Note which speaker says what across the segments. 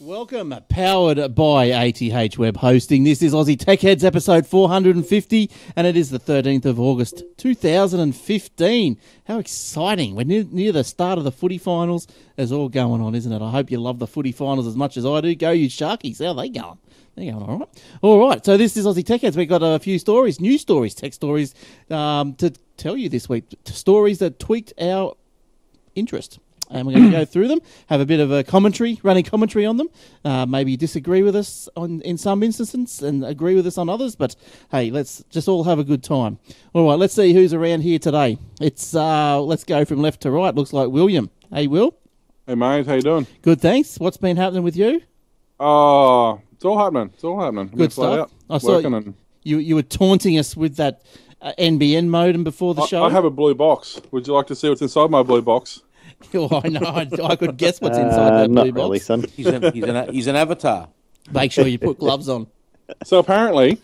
Speaker 1: Welcome, powered by ATH Web Hosting. This is Aussie Tech Heads episode 450, and it is the 13th of August 2015. How exciting! We're near, near the start of the footy finals. There's all going on, isn't it? I hope you love the footy finals as much as I do. Go, you Sharkies. How they going? They're going all right. All right, so this is Aussie Tech Heads. We've got a few stories, news stories, tech stories um, to tell you this week. Stories that tweaked our interest. And we're going to go through them, have a bit of a commentary, running commentary on them. Uh, maybe disagree with us on in some instances and agree with us on others. But hey, let's just all have a good time. All right, let's see who's around here today. It's uh, let's go from left to right. Looks like William. Hey, Will.
Speaker 2: Hey mate, how you doing?
Speaker 1: Good, thanks. What's been happening with you?
Speaker 2: Oh, it's all happening. It's all happening. I'm
Speaker 1: Good
Speaker 2: just flat
Speaker 1: stuff. I
Speaker 2: Out,
Speaker 1: saw
Speaker 2: working
Speaker 1: you,
Speaker 2: and
Speaker 1: you. You were taunting us with that uh, NBN modem before the
Speaker 2: I,
Speaker 1: show.
Speaker 2: I have a blue box. Would you like to see what's inside my blue box?
Speaker 1: oh, I know. I, I could guess what's inside
Speaker 2: Uh,
Speaker 1: that blue box.
Speaker 3: son.
Speaker 4: He's an, he's an, he's an avatar.
Speaker 1: Make sure you put gloves on.
Speaker 2: So apparently,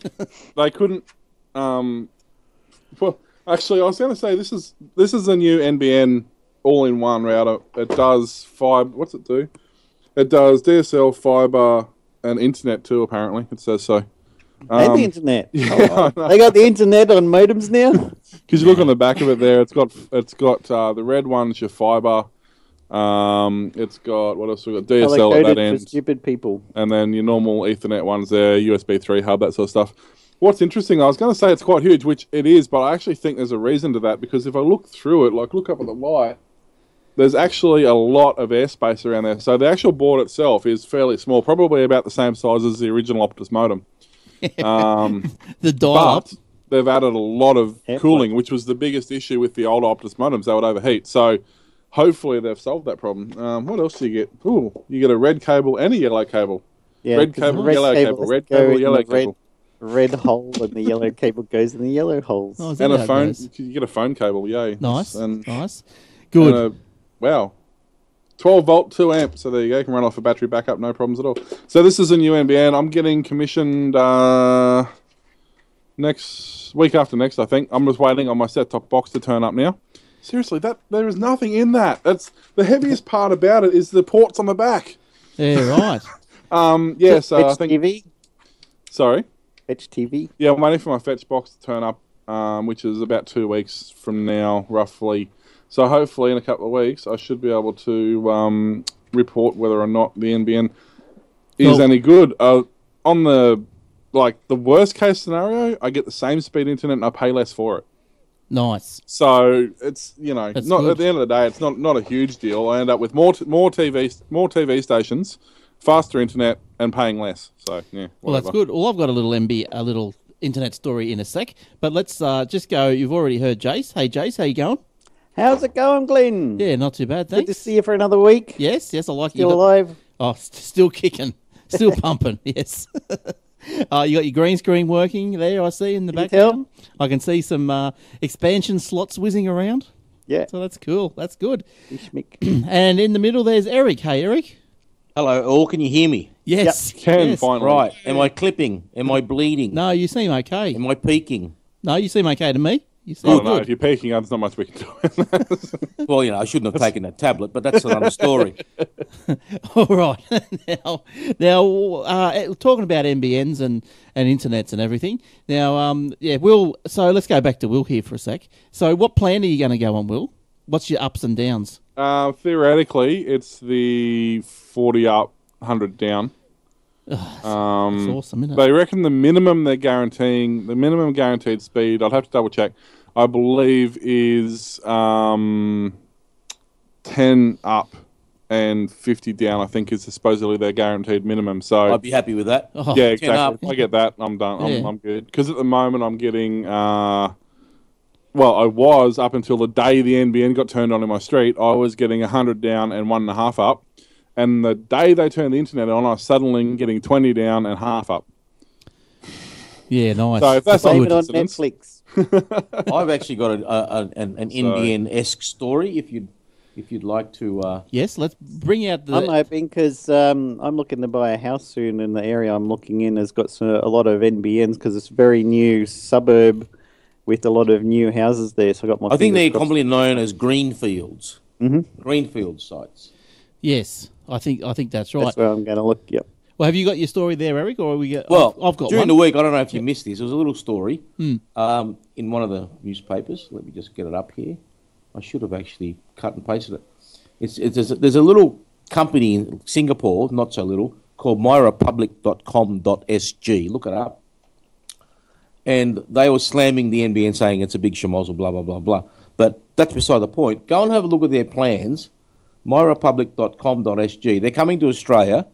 Speaker 2: they couldn't. Um, well, actually, I was going to say this is this is a new NBN all-in-one router. It does fiber. What's it do? It does DSL, fiber, and internet too. Apparently, it says so.
Speaker 3: and the
Speaker 2: Um,
Speaker 3: internet. Oh,
Speaker 2: yeah, I know.
Speaker 3: They got the internet on modems now.
Speaker 2: Because you look on the back of it there, it's got it's got uh, the red one's your fiber. Um, it's got what else we got
Speaker 3: How they
Speaker 2: DSL at
Speaker 3: coded
Speaker 2: that
Speaker 3: for
Speaker 2: end,
Speaker 3: stupid people.
Speaker 2: and then your normal Ethernet ones there, USB three hub, that sort of stuff. What's interesting, I was going to say it's quite huge, which it is, but I actually think there's a reason to that because if I look through it, like look up at the light, there's actually a lot of airspace around there. So the actual board itself is fairly small, probably about the same size as the original Optus modem. Um,
Speaker 1: The dial up.
Speaker 2: but they've added a lot of
Speaker 3: Airplane.
Speaker 2: cooling, which was the biggest issue with the old Optus modems. They would overheat. So hopefully they've solved that problem. Um, what else do you get? Ooh, you get a red cable and a yellow cable.
Speaker 3: Yeah,
Speaker 2: Red
Speaker 3: 'cause the
Speaker 2: cable, yellow cable,
Speaker 3: has
Speaker 2: red
Speaker 3: to go
Speaker 2: cable,
Speaker 3: in
Speaker 2: yellow
Speaker 3: the
Speaker 2: cable.
Speaker 3: Red, red hole, and the yellow cable goes in the yellow holes.
Speaker 1: Oh, is that
Speaker 2: And
Speaker 1: how
Speaker 2: a
Speaker 1: it
Speaker 2: phone.
Speaker 1: goes?
Speaker 2: You get a phone cable. Yay.
Speaker 1: Nice.
Speaker 2: And,
Speaker 1: nice.
Speaker 2: and
Speaker 1: Good.
Speaker 2: a- wow. 12 Uh, volt, 2 amp. So there you go. You can run off a battery backup, no problems at all. So this is a new NBN. I'm getting commissioned uh, next week after next, I think. I'm just waiting on my set top box to turn up now. Seriously, that there is nothing in that. That's the heaviest part about it is the ports on the back.
Speaker 1: yeah, right.
Speaker 2: Um, yeah, so I think.
Speaker 3: HTV,
Speaker 2: Sorry.
Speaker 3: HTV.
Speaker 2: Yeah, I'm waiting for my fetch box to turn up, um, which is about two weeks from now, roughly. So hopefully, in a couple of weeks, I should be able to um, report whether or not the NBN is
Speaker 1: Well-
Speaker 2: any good. Uh, on the like the worst case scenario, I get the same speed internet and I pay less for it.
Speaker 1: Nice.
Speaker 2: So it's you know
Speaker 1: That's
Speaker 2: not
Speaker 1: good.
Speaker 2: at the end of the day, it's not not a huge deal. I end up with more t- more TV more TV stations, faster internet, and paying less. So yeah,
Speaker 1: Well, that's
Speaker 2: whatever.
Speaker 1: good. Well, I've got a little MB, a little internet story in a sec, but let's uh, just go. You've already heard Jace. Hey, Jace, how you going?
Speaker 3: How's it going, Glenn?
Speaker 1: Yeah, not too bad.
Speaker 3: Good
Speaker 1: Thanks.
Speaker 3: to see you for another week.
Speaker 1: Yes, yes, I like
Speaker 3: Still
Speaker 1: you. got-
Speaker 3: alive.
Speaker 1: Oh, st- still kicking, still pumping. Yes. Uh, you got your green screen working there. I see in the
Speaker 3: Can you
Speaker 1: background. I can see some uh, expansion slots whizzing around.
Speaker 3: Yeah.
Speaker 1: So that's cool. That's good.
Speaker 3: Ishmik.
Speaker 1: And in the middle, there's Eric. Hey, Eric.
Speaker 4: Hello, all. Can you hear me?
Speaker 1: Yes.
Speaker 2: Can
Speaker 1: yes.
Speaker 2: finally
Speaker 4: Right. Am I clipping? Am I bleeding?
Speaker 1: No, you seem okay.
Speaker 4: Am I Oh, peaking?
Speaker 1: No, you seem okay to me. You
Speaker 2: I
Speaker 1: seem
Speaker 2: don't know.
Speaker 1: good.
Speaker 2: If you're peaking, there's not much we can do.
Speaker 4: Well, you know, I shouldn't have taken that tablet, but that's another story.
Speaker 1: All right. now, now, uh, talking about NBNs and, and internets and everything. Now, um, yeah, Will. So let's go back to Will here for a sec. So, what plan are you going to go on, Will? What's your ups and downs?
Speaker 2: uh, theoretically, it's the 40 up, 100 down.
Speaker 4: Um,
Speaker 1: It's awesome, isn't it?
Speaker 2: They reckon the minimum they're guaranteeing, the minimum guaranteed speed, I'd have to double check, I believe is um, 10 up and 50 down, I think is supposedly their guaranteed minimum. So,
Speaker 4: I'd be happy with that.
Speaker 1: Oh,
Speaker 2: yeah,
Speaker 4: 10 up.
Speaker 2: exactly. If I get that, I'm done. I'm,
Speaker 1: Yeah.
Speaker 2: I'm good. Because at the moment, I'm getting, uh, well, I was up until the day the NBN got turned on in my street, I was getting 100 down and one and a half up. And the day they turned the internet on, I was suddenly getting 20 down and half up.
Speaker 1: yeah, nice.
Speaker 2: So if that's not
Speaker 3: Blame
Speaker 2: a
Speaker 3: it on
Speaker 2: coincidence,
Speaker 3: Netflix.
Speaker 4: I've actually got a, a, a, an, an NBN esque story if you'd, if you'd like to. Uh,
Speaker 1: yes, let's bring out the.
Speaker 3: I'm hoping because um, I'm looking to buy a house soon, and the area I'm looking in has got so- a lot of NBNs because it's a very new suburb with a lot of new houses there. So I got my.
Speaker 4: I think they're
Speaker 3: fingers crossed.
Speaker 4: commonly known as greenfields. Mm-hmm. Greenfield sites.
Speaker 1: yes, I think I think that's right.
Speaker 3: That's where I'm going to look. Yep.
Speaker 1: Well, have you got your story there, Eric, or are we? Get,
Speaker 4: Well,
Speaker 1: I've, I've got
Speaker 4: during
Speaker 1: one. Hmm.
Speaker 4: the week. I don't know if you missed this. There was a little story um, in one of the newspapers. Let me just get it up here. I should have actually cut and pasted it. It's, it's there's, a, there's a little company in Singapore, not so little, called myrepublic.com.sg. Look it up. And they were slamming the NBN, saying it's a big schmozzle, blah blah blah blah. But that's beside the point. Go and have a look at their plans. myrepublic.com.sg. They're coming to Australia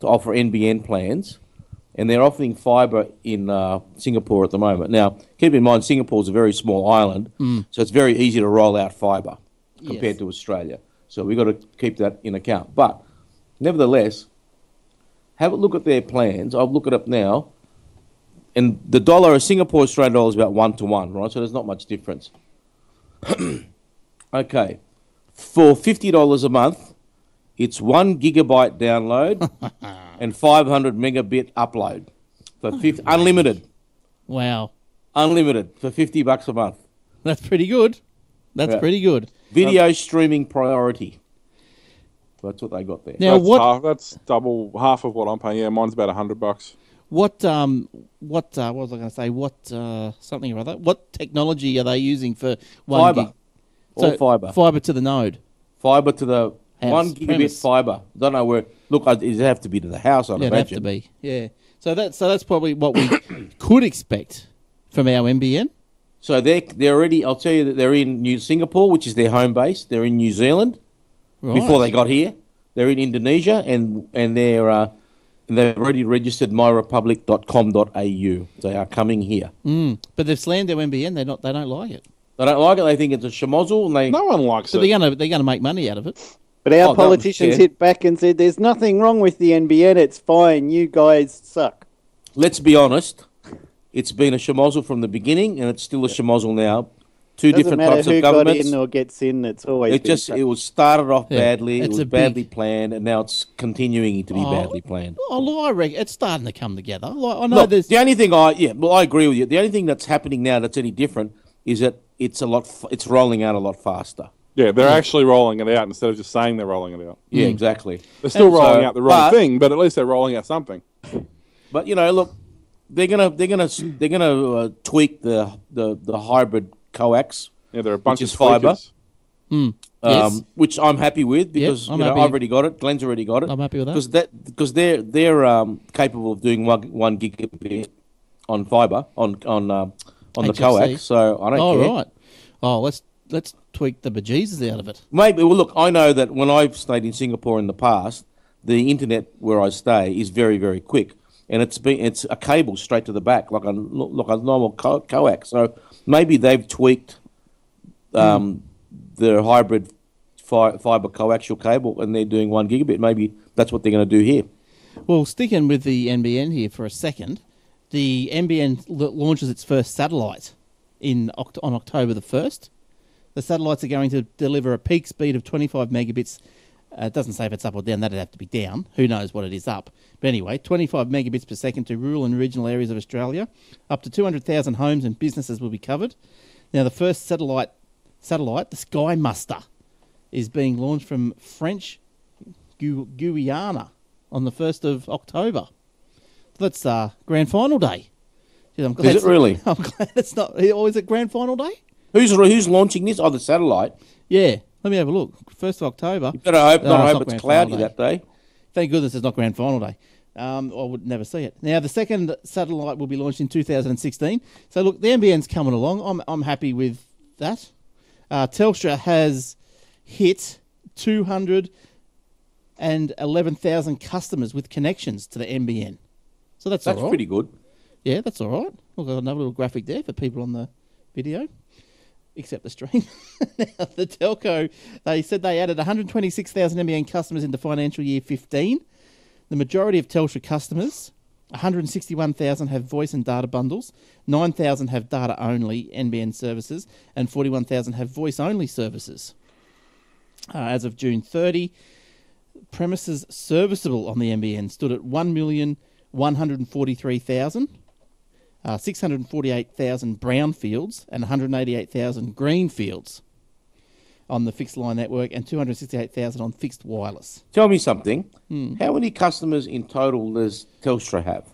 Speaker 4: to offer NBN plans and they're offering fibre in uh, Singapore at the moment. Now, keep in mind, Singapore's a very small island, so it's very easy to roll out fibre compared
Speaker 1: Yes.
Speaker 4: to Australia. So we've got to keep that in account. But nevertheless, have a look at their plans. I'll look it up now. And the dollar, a Singapore Australian dollar is about one to one, right? So there's not much difference. okay. For $50 a month, it's one gigabyte download and 500 megabit upload for
Speaker 1: Oh,
Speaker 4: 50, unlimited,
Speaker 1: Wow,
Speaker 4: unlimited for 50 bucks a month.
Speaker 1: that's pretty good. That's
Speaker 4: Yeah.
Speaker 1: pretty good.
Speaker 4: Video
Speaker 1: Um,
Speaker 4: streaming priority. That's what they got there.
Speaker 1: Now,
Speaker 2: that's,
Speaker 1: what
Speaker 2: half, that's double half of what I'm paying. Yeah, mine's about hundred bucks.
Speaker 1: what um what uh, what was I going to say? What uh, something or other? What technology are they using for one
Speaker 4: Fibre.
Speaker 1: gig?
Speaker 4: All fibre.
Speaker 1: Fiber to the node.
Speaker 4: fibre to the
Speaker 1: House,
Speaker 4: one gigabit
Speaker 1: premise.
Speaker 4: fiber. Don't know where. Look, I- it'd have to be to the house. I'd
Speaker 1: Yeah, it'd have
Speaker 4: imagine.
Speaker 1: to be. Yeah. So that so that's probably what we could expect from our MBN.
Speaker 4: So they're they're already. I'll tell you that they're in New Singapore, which is their home base. They're in New Zealand
Speaker 1: Right.
Speaker 4: before they got here. They're in Indonesia and and they're uh, they've already registered myrepublic.com.au. They are coming here.
Speaker 1: Hmm. but they've slammed their MBN. They not they don't like it.
Speaker 4: They don't like it. They think it's a schmozzle, and they
Speaker 2: No one likes
Speaker 1: So
Speaker 2: it.
Speaker 1: they're gonna they're gonna make money out of it.
Speaker 3: But our
Speaker 4: Oh, that was
Speaker 3: politicians
Speaker 4: good.
Speaker 3: hit back and said, "There's nothing wrong with the NBN. It's fine. You guys suck."
Speaker 4: let's be honest. It's been a schmozzle from the beginning, and it's still a schmozzle now. 2
Speaker 3: Doesn't
Speaker 4: different
Speaker 3: matter
Speaker 4: types
Speaker 3: who
Speaker 4: of
Speaker 3: got
Speaker 4: governments.
Speaker 3: in or gets in. It's always
Speaker 4: It
Speaker 3: been
Speaker 4: just
Speaker 3: crap.
Speaker 4: it was started off
Speaker 1: Yeah,
Speaker 4: badly. It
Speaker 1: it's
Speaker 4: was
Speaker 1: a big-
Speaker 4: badly planned, and now it's continuing to be
Speaker 1: Oh.
Speaker 4: badly planned.
Speaker 1: Oh, I reckon it's starting to come together. Like, I know
Speaker 4: Look,
Speaker 1: there's
Speaker 4: the only thing I yeah, well I agree with you. The only thing that's happening now that's any different is that it's a lot. f- It's rolling out a lot faster.
Speaker 2: yeah, they're actually rolling it out instead of just saying they're rolling it out.
Speaker 4: Yeah,
Speaker 1: Hmm.
Speaker 4: exactly.
Speaker 2: They're still
Speaker 4: And so-
Speaker 2: rolling out the wrong
Speaker 4: but-
Speaker 2: thing, but at least they're rolling out something.
Speaker 4: But you know, look, they're gonna they're gonna they're gonna uh, tweak the, the the hybrid coax,
Speaker 2: Yeah, they're a bunch
Speaker 4: is
Speaker 2: of fiber.
Speaker 4: fibre. um,
Speaker 1: Yes.
Speaker 4: which I'm happy with because
Speaker 1: I'm
Speaker 4: you know,
Speaker 1: happy.
Speaker 4: I've already got it. Glenn's already got it.
Speaker 1: I'm happy with that.
Speaker 4: because that because they're they're um, capable of doing one, one gigabit on fiber on on um on the
Speaker 1: HFC.
Speaker 4: coax. So I don't
Speaker 1: oh,
Speaker 4: care.
Speaker 1: right. Oh, let's let's tweak the bejesus out of it.
Speaker 4: Maybe well, look, I know that when I've stayed in Singapore in the past, the internet where I stay is very very quick, and it's been it's a cable straight to the back like a like a normal co- coax. So maybe they've tweaked um, the hybrid fi- fiber coaxial cable, and they're doing one gigabit. Maybe that's what they're going to do here.
Speaker 1: Well, sticking with the NBN here for a second, the NBN l- launches its first satellite in Oct- on October the first. The satellites are going to deliver a peak speed of 25 megabits. Uh, it doesn't say if it's up or down. That'd have to be down. Who knows what it is up? But anyway, 25 megabits per second to rural and regional areas of Australia. Up to 200,000 homes and businesses will be covered. Now, the first satellite, satellite, the Sky Muster, is being launched from French Gu- Guyana on the 1st of October. That's uh, grand final day. Gee, I'm glad
Speaker 4: it
Speaker 1: it's-
Speaker 4: really?
Speaker 1: I'm glad it's not. Or is it grand final day?
Speaker 4: Who's who's launching this? Oh, the satellite.
Speaker 1: Yeah, let me have a look. First of October.
Speaker 4: Better hope
Speaker 1: No,
Speaker 4: not. I
Speaker 1: it's not
Speaker 4: hope it's
Speaker 1: grand
Speaker 4: cloudy
Speaker 1: final
Speaker 4: that day.
Speaker 1: Thank goodness it's not grand final day. Um, I would never see it. Now, the second satellite will be launched in 2016. So, look, the NBN's coming along. I'm, I'm happy with that. Uh, Telstra has hit 211,000 customers with connections to the NBN. So that's,
Speaker 4: That's
Speaker 1: all right.
Speaker 4: pretty good.
Speaker 1: Yeah, that's all right. We've got another little graphic there for people on the video, except the stream. now, the telco, they said they added 126,000 NBN customers into financial year 15. The majority of Telstra customers, 161,000 have voice and data bundles, 9,000 have data only NBN services, and 41,000 have voice only services. Uh, as of June 30, premises serviceable on the NBN stood at 1,143,000 uh, 648,000 brownfields and 188,000 greenfields on the fixed line network and 268,000 on fixed wireless.
Speaker 4: Tell me something.
Speaker 1: Hmm.
Speaker 4: How many customers in total does Telstra have?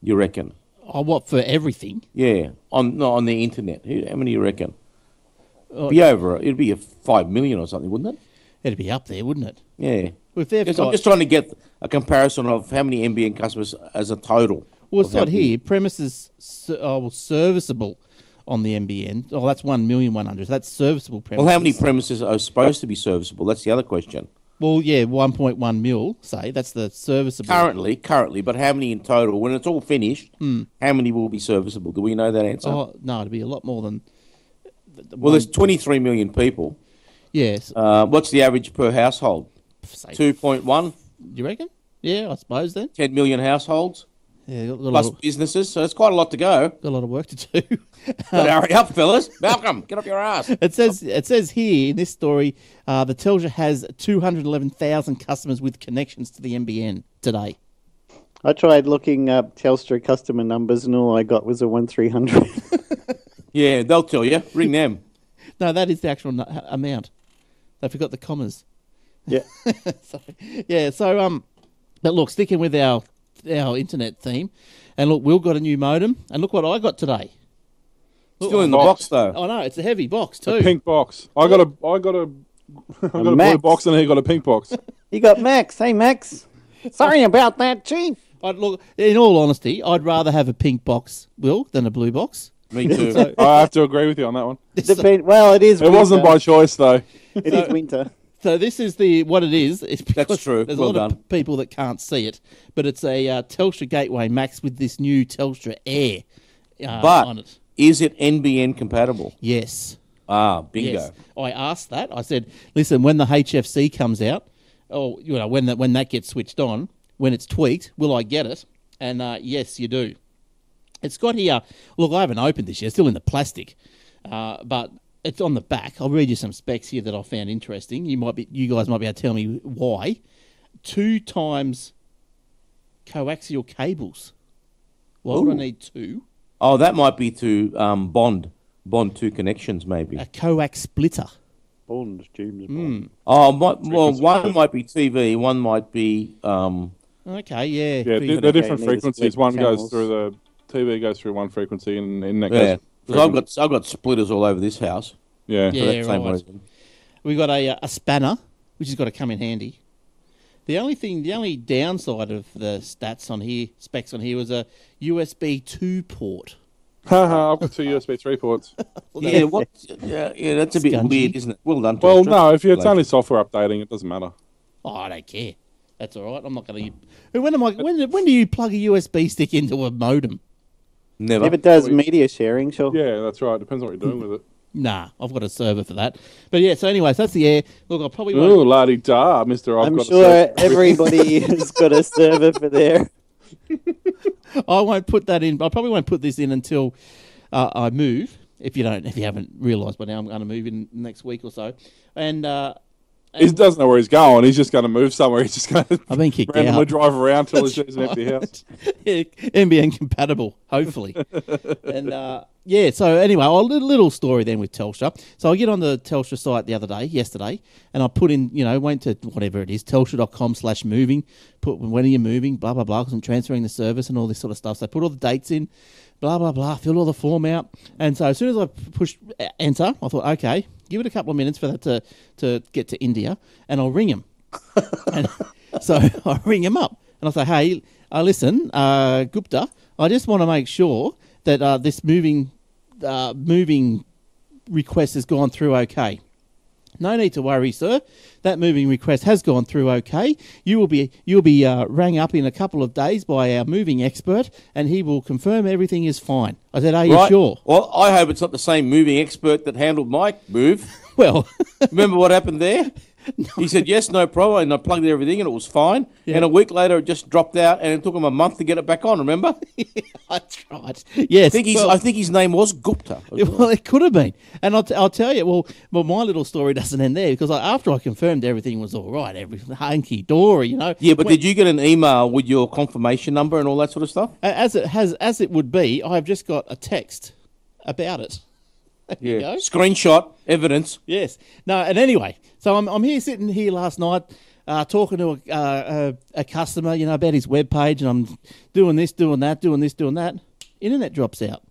Speaker 4: You reckon?
Speaker 1: Oh, what for everything?
Speaker 4: Yeah, on no, on the internet. Who, how many you reckon?
Speaker 1: Oh,
Speaker 4: be over. It'd be a five million or something, wouldn't it?
Speaker 1: It'd be up there, wouldn't it?
Speaker 4: Yeah.
Speaker 1: Well, if they've
Speaker 4: Just-
Speaker 1: got-
Speaker 4: I'm just trying to get a comparison of how many NBN customers as a total.
Speaker 1: Well, it's
Speaker 4: of how
Speaker 1: not
Speaker 4: many-
Speaker 1: here. Premises ser- oh, well, serviceable on the MBN. Oh, that's 1,100,000. So that's serviceable premises.
Speaker 4: Well, how many premises are supposed to be serviceable? That's the other question.
Speaker 1: Well, yeah, 1.1 mil, say. That's the serviceable.
Speaker 4: Currently, currently, but how many in total? When it's all finished, how many will be serviceable? Do we know that answer?
Speaker 1: Hmm. Oh, no, it'd be a lot more than.
Speaker 4: well, there's 23 million people.
Speaker 1: Yes.
Speaker 4: Uh, what's the average per household?
Speaker 1: say,
Speaker 4: 2.1,
Speaker 1: you reckon? Yeah, I suppose then.
Speaker 4: 10 million households
Speaker 1: Yeah, got, got a lot
Speaker 4: plus
Speaker 1: of-
Speaker 4: businesses. So it's quite a lot to go.
Speaker 1: got a lot of work to do.
Speaker 4: But hurry up, fellas. Malcolm, get off your ass.
Speaker 1: It says it says here in this story, uh, the Telja has two hundred eleven thousand customers with connections to the NBN today.
Speaker 3: I tried looking up Telstra customer numbers, and all I got was a one three hundred.
Speaker 4: Yeah, they'll tell you. Ring them.
Speaker 1: No, that is the actual nu- uh, amount. They forgot the commas.
Speaker 3: Yeah.
Speaker 1: so, yeah. So um, but look, sticking with our our internet theme, and look, Will got a new modem, and look what I got today.
Speaker 4: Still in the box, though.
Speaker 1: Oh no, it's a heavy box too.
Speaker 2: A pink box. I got a. I got a. I got a blue
Speaker 3: Max.
Speaker 2: box and he got a pink box.
Speaker 3: you got Max. Hey, Max.
Speaker 4: Oh.
Speaker 3: Sorry about that, Chief.
Speaker 1: I'd look. In all honesty, I'd rather have a pink box, Will, than a blue box.
Speaker 4: Me too.
Speaker 2: I have to agree with you on that one.
Speaker 3: Depend- well, it is.
Speaker 2: It wasn't by
Speaker 3: winter.
Speaker 2: choice though.
Speaker 3: It is winter.
Speaker 1: So this is the what it is. It's because
Speaker 4: true.
Speaker 1: There's a
Speaker 4: Well
Speaker 1: lot
Speaker 4: done.
Speaker 1: of p- people that can't see it, but it's a uh, Telstra Gateway Max with this new Telstra Air uh, on
Speaker 4: but
Speaker 1: it.
Speaker 4: is it NBN compatible?
Speaker 1: Yes,
Speaker 4: Ah, bingo.
Speaker 1: yes. I asked that. I said, "Listen, when the HFC comes out, oh, you know, when that when that gets switched on, when it's tweaked, will I get it?" And uh, yes, you do. It's got here. Look, I haven't opened this yet. It's still in the plastic, uh, but it's on the back. I'll read you some specs here that I found interesting. You might be, you guys might be able to tell me why. Two times coaxial cables. Why would I need two?
Speaker 4: Oh, that might be to um, bond, bond two connections, maybe.
Speaker 1: A coax splitter.
Speaker 3: Bond, James Bond.
Speaker 4: Oh, might, well, one might be TV, one might be. Um,
Speaker 1: Okay, yeah.
Speaker 2: Yeah,
Speaker 1: for
Speaker 2: they're,
Speaker 1: you.
Speaker 2: they're different
Speaker 3: need to
Speaker 2: frequencies.
Speaker 3: split
Speaker 2: One
Speaker 3: channels.
Speaker 2: goes through the TV goes through one frequency, and in that
Speaker 4: yeah,
Speaker 2: goes.
Speaker 4: 'Cause I've got I've got splitters all over this house.
Speaker 2: Yeah.
Speaker 1: Yeah.
Speaker 4: That's the same
Speaker 1: right.
Speaker 4: reason.
Speaker 1: We've got a, uh, a spanner, which has got to come in handy. The only thing, the only downside of the stats on here, specs on here, was a USB 2 port.
Speaker 2: Haha, I've got two USB three ports.
Speaker 4: Yeah, what? Yeah, yeah, that's a bit
Speaker 1: Scungy.
Speaker 4: weird, isn't it? Well done.
Speaker 2: Well,
Speaker 4: Telstra.
Speaker 2: no, if you, it's
Speaker 4: Like-
Speaker 2: only software updating, it doesn't matter.
Speaker 1: Oh, I don't care. That's all right. I'm not going to. When am I? When when do you plug a USB stick into a modem?
Speaker 4: never.
Speaker 3: If it does media sharing, sure.
Speaker 2: Yeah, that's right. Depends on what you're doing with it.
Speaker 1: Nah, I've got a server for that. But yeah. So anyway, so that's the air. Look, I probably won't.
Speaker 2: Ooh, la di da, Mister. I've
Speaker 3: I'm
Speaker 2: got
Speaker 3: sure
Speaker 2: A server.
Speaker 3: everybody has got a server for their
Speaker 1: I won't put that in. I probably won't put this in until uh, I move. If you don't, if you haven't realised by now, I'm going to move in next week or so. And uh,
Speaker 2: He doesn't know where he's going. He's just going to move somewhere. He's just going to
Speaker 1: I've been kicked
Speaker 2: randomly
Speaker 1: out.
Speaker 2: drive around till he sees an empty house.
Speaker 1: yeah, NBN compatible, hopefully. and uh, yeah, so anyway, a little, little story then with Telstra. So I get on the Telstra site the other day, yesterday, and I put in, you know, went to whatever it is, telstra.com slash moving, put when are you moving, blah, blah, blah, because I'm transferring the service and all this sort of stuff. So I put all the dates in, blah, blah, blah, filled all the form out. And so as soon as I pushed uh, enter, I thought, okay, give it a couple of minutes for that to, to get to India, and I'll ring him. And so I ring him up and I'll say, hey, uh, listen, uh, Gupta, I just want to make sure that uh, this moving uh, moving request has gone through okay. No need to worry, sir. That moving request has gone through okay. You will be you'll be uh, rang up in a couple of days by our moving expert, and he will confirm everything is fine. I said, "Are you
Speaker 4: Right?
Speaker 1: sure?"
Speaker 4: Well, I hope it's not the same moving expert that handled my move.
Speaker 1: Well,
Speaker 4: Remember what happened there? He said, yes, no problem. And I plugged everything and it was fine.
Speaker 1: Yeah.
Speaker 4: And a week later, it just dropped out and it took him a month to get it back on, remember? I
Speaker 1: that's right. Yes,
Speaker 4: think, he's,
Speaker 1: well-
Speaker 4: I think his name was Gupta.
Speaker 1: Yeah, Well, it could have been. And I'll, t- I'll tell you, well, well, my little story doesn't end there because I, after I confirmed everything was all right, everything hunky dory, you know.
Speaker 4: Yeah, but did you get an email with your confirmation number and all that sort of stuff?
Speaker 1: A- As it has, as it would be, I've just got a text about it.
Speaker 4: Yeah.
Speaker 1: go.
Speaker 4: Screenshot, evidence.
Speaker 1: Yes. No. And anyway, so I'm I'm here sitting here last night, uh, talking to a, uh, a a customer, you know, about his web page, and I'm doing this, doing that, doing this, doing that. Internet drops out.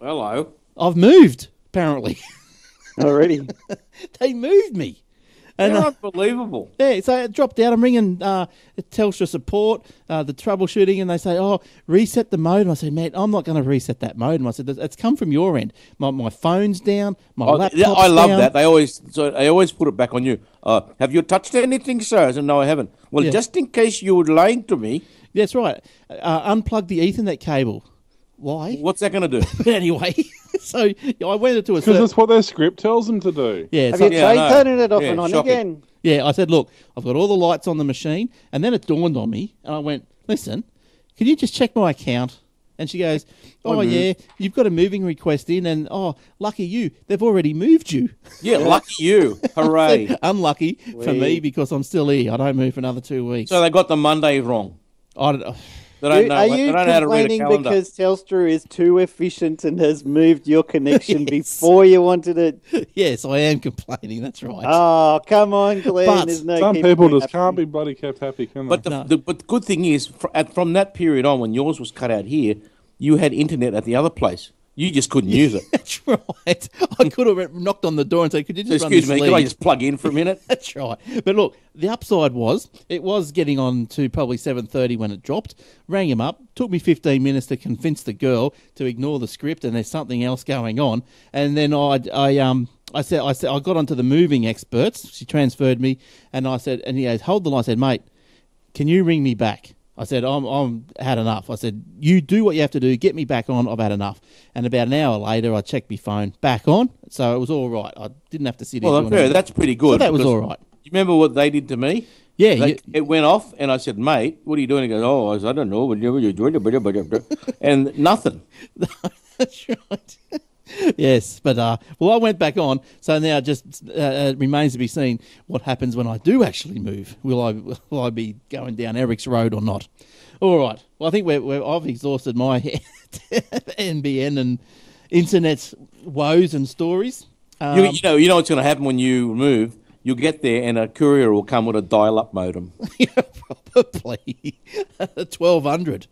Speaker 4: Hello.
Speaker 1: I've moved. Apparently,
Speaker 3: Already.
Speaker 1: they moved me. And
Speaker 4: They're
Speaker 1: uh,
Speaker 4: unbelievable.
Speaker 1: Yeah, so it dropped out. I'm ringing uh, Telstra support, uh, the troubleshooting, and they say, "Oh, reset the modem." I said, "Mate, I'm not going to reset that modem." I said, "That's- "It's come from your end. My, my phone's down. My
Speaker 4: Oh,
Speaker 1: laptop's
Speaker 4: yeah, I love
Speaker 1: down."
Speaker 4: that. They always so they always put it back on you. Uh, have you touched anything, sir? I said, no, I haven't. Well,
Speaker 1: Yeah.
Speaker 4: just in case you were lying to me,
Speaker 1: That's right. Uh, unplug the Ethernet cable. Why?
Speaker 4: what's that going to do?
Speaker 1: But anyway, so yeah, I went into a
Speaker 2: Because
Speaker 1: ser-
Speaker 2: that's what their script tells them to do.
Speaker 1: yeah.
Speaker 3: Have
Speaker 1: so-
Speaker 3: you
Speaker 4: Yeah, I
Speaker 3: tried
Speaker 4: know.
Speaker 3: turning it off
Speaker 4: Yeah,
Speaker 3: and on
Speaker 4: shocking.
Speaker 3: again?
Speaker 1: Yeah, I said, look, I've got all the lights on the machine. And then it dawned on me, and I went, listen, can you just check my account? And she goes, oh, yeah, you've got a moving request in, and oh, lucky you, they've already moved you.
Speaker 4: yeah, lucky you. Hooray.
Speaker 1: Unlucky for me because I'm still here. I don't move for another two weeks.
Speaker 4: so they got the Monday wrong.
Speaker 1: I don't know.
Speaker 4: They don't
Speaker 3: You-
Speaker 4: know.
Speaker 3: Are
Speaker 4: they
Speaker 3: you
Speaker 4: don't know how to read a
Speaker 3: complaining
Speaker 4: calendar.
Speaker 3: because Telstra is too efficient and has moved your connection before you wanted it?
Speaker 1: yes, I am complaining. That's right.
Speaker 4: Uh,
Speaker 3: Oh, come on, Glenn.
Speaker 1: But
Speaker 3: There's no
Speaker 2: Some
Speaker 3: keeping
Speaker 2: people
Speaker 3: it
Speaker 2: just
Speaker 3: up.
Speaker 2: can't be bloody kept happy, can
Speaker 4: But
Speaker 2: they?
Speaker 4: the, the but the good thing is, fr- at, from that period on, when yours was cut out here, you had internet at the other place. You just couldn't use it.
Speaker 1: That's right. I could have knocked on the door and said, could you just run
Speaker 4: Excuse
Speaker 1: this
Speaker 4: me, could I
Speaker 1: lead?
Speaker 4: just plug in for a minute?
Speaker 1: That's right. But look, the upside was it was getting on to probably seven thirty when it dropped. Rang him up. Took me fifteen minutes to convince the girl to ignore the script and there's something else going on. And then I, I um. I said, I said, I got onto the moving experts. She transferred me, and I said, and he goes, hold the line. I said, mate, can you ring me back? I said, I'm, I'm had enough. I said, you do what you have to do. Get me back on. I've had enough. And about an hour later, I checked my phone. Back on. So it was all right. I didn't have to sit here.
Speaker 4: Well,
Speaker 1: doing
Speaker 4: fair,
Speaker 1: anything.
Speaker 4: that's pretty good.
Speaker 1: So that was
Speaker 4: because
Speaker 1: all right.
Speaker 4: You remember what they did to me?
Speaker 1: Yeah,
Speaker 4: They-
Speaker 1: you-
Speaker 4: it went off, and I said, "Mate, what are you doing?" He goes, "Oh, I, said, I don't know." but you- you- you- you- you- you-" and nothing.
Speaker 1: That's right. yes, but uh, well, I went back on, so now it just uh, uh, remains to be seen what happens when I do actually move. Will I will I be going down Eric's road or not? All right. Well, I think we're, we're I've exhausted my NBN and internet woes and stories. Um,
Speaker 4: You, you know, you know what's going to happen when you move. You'll get there, and a courier will come with a dial-up modem.
Speaker 1: Yeah, probably uh, twelve hundred.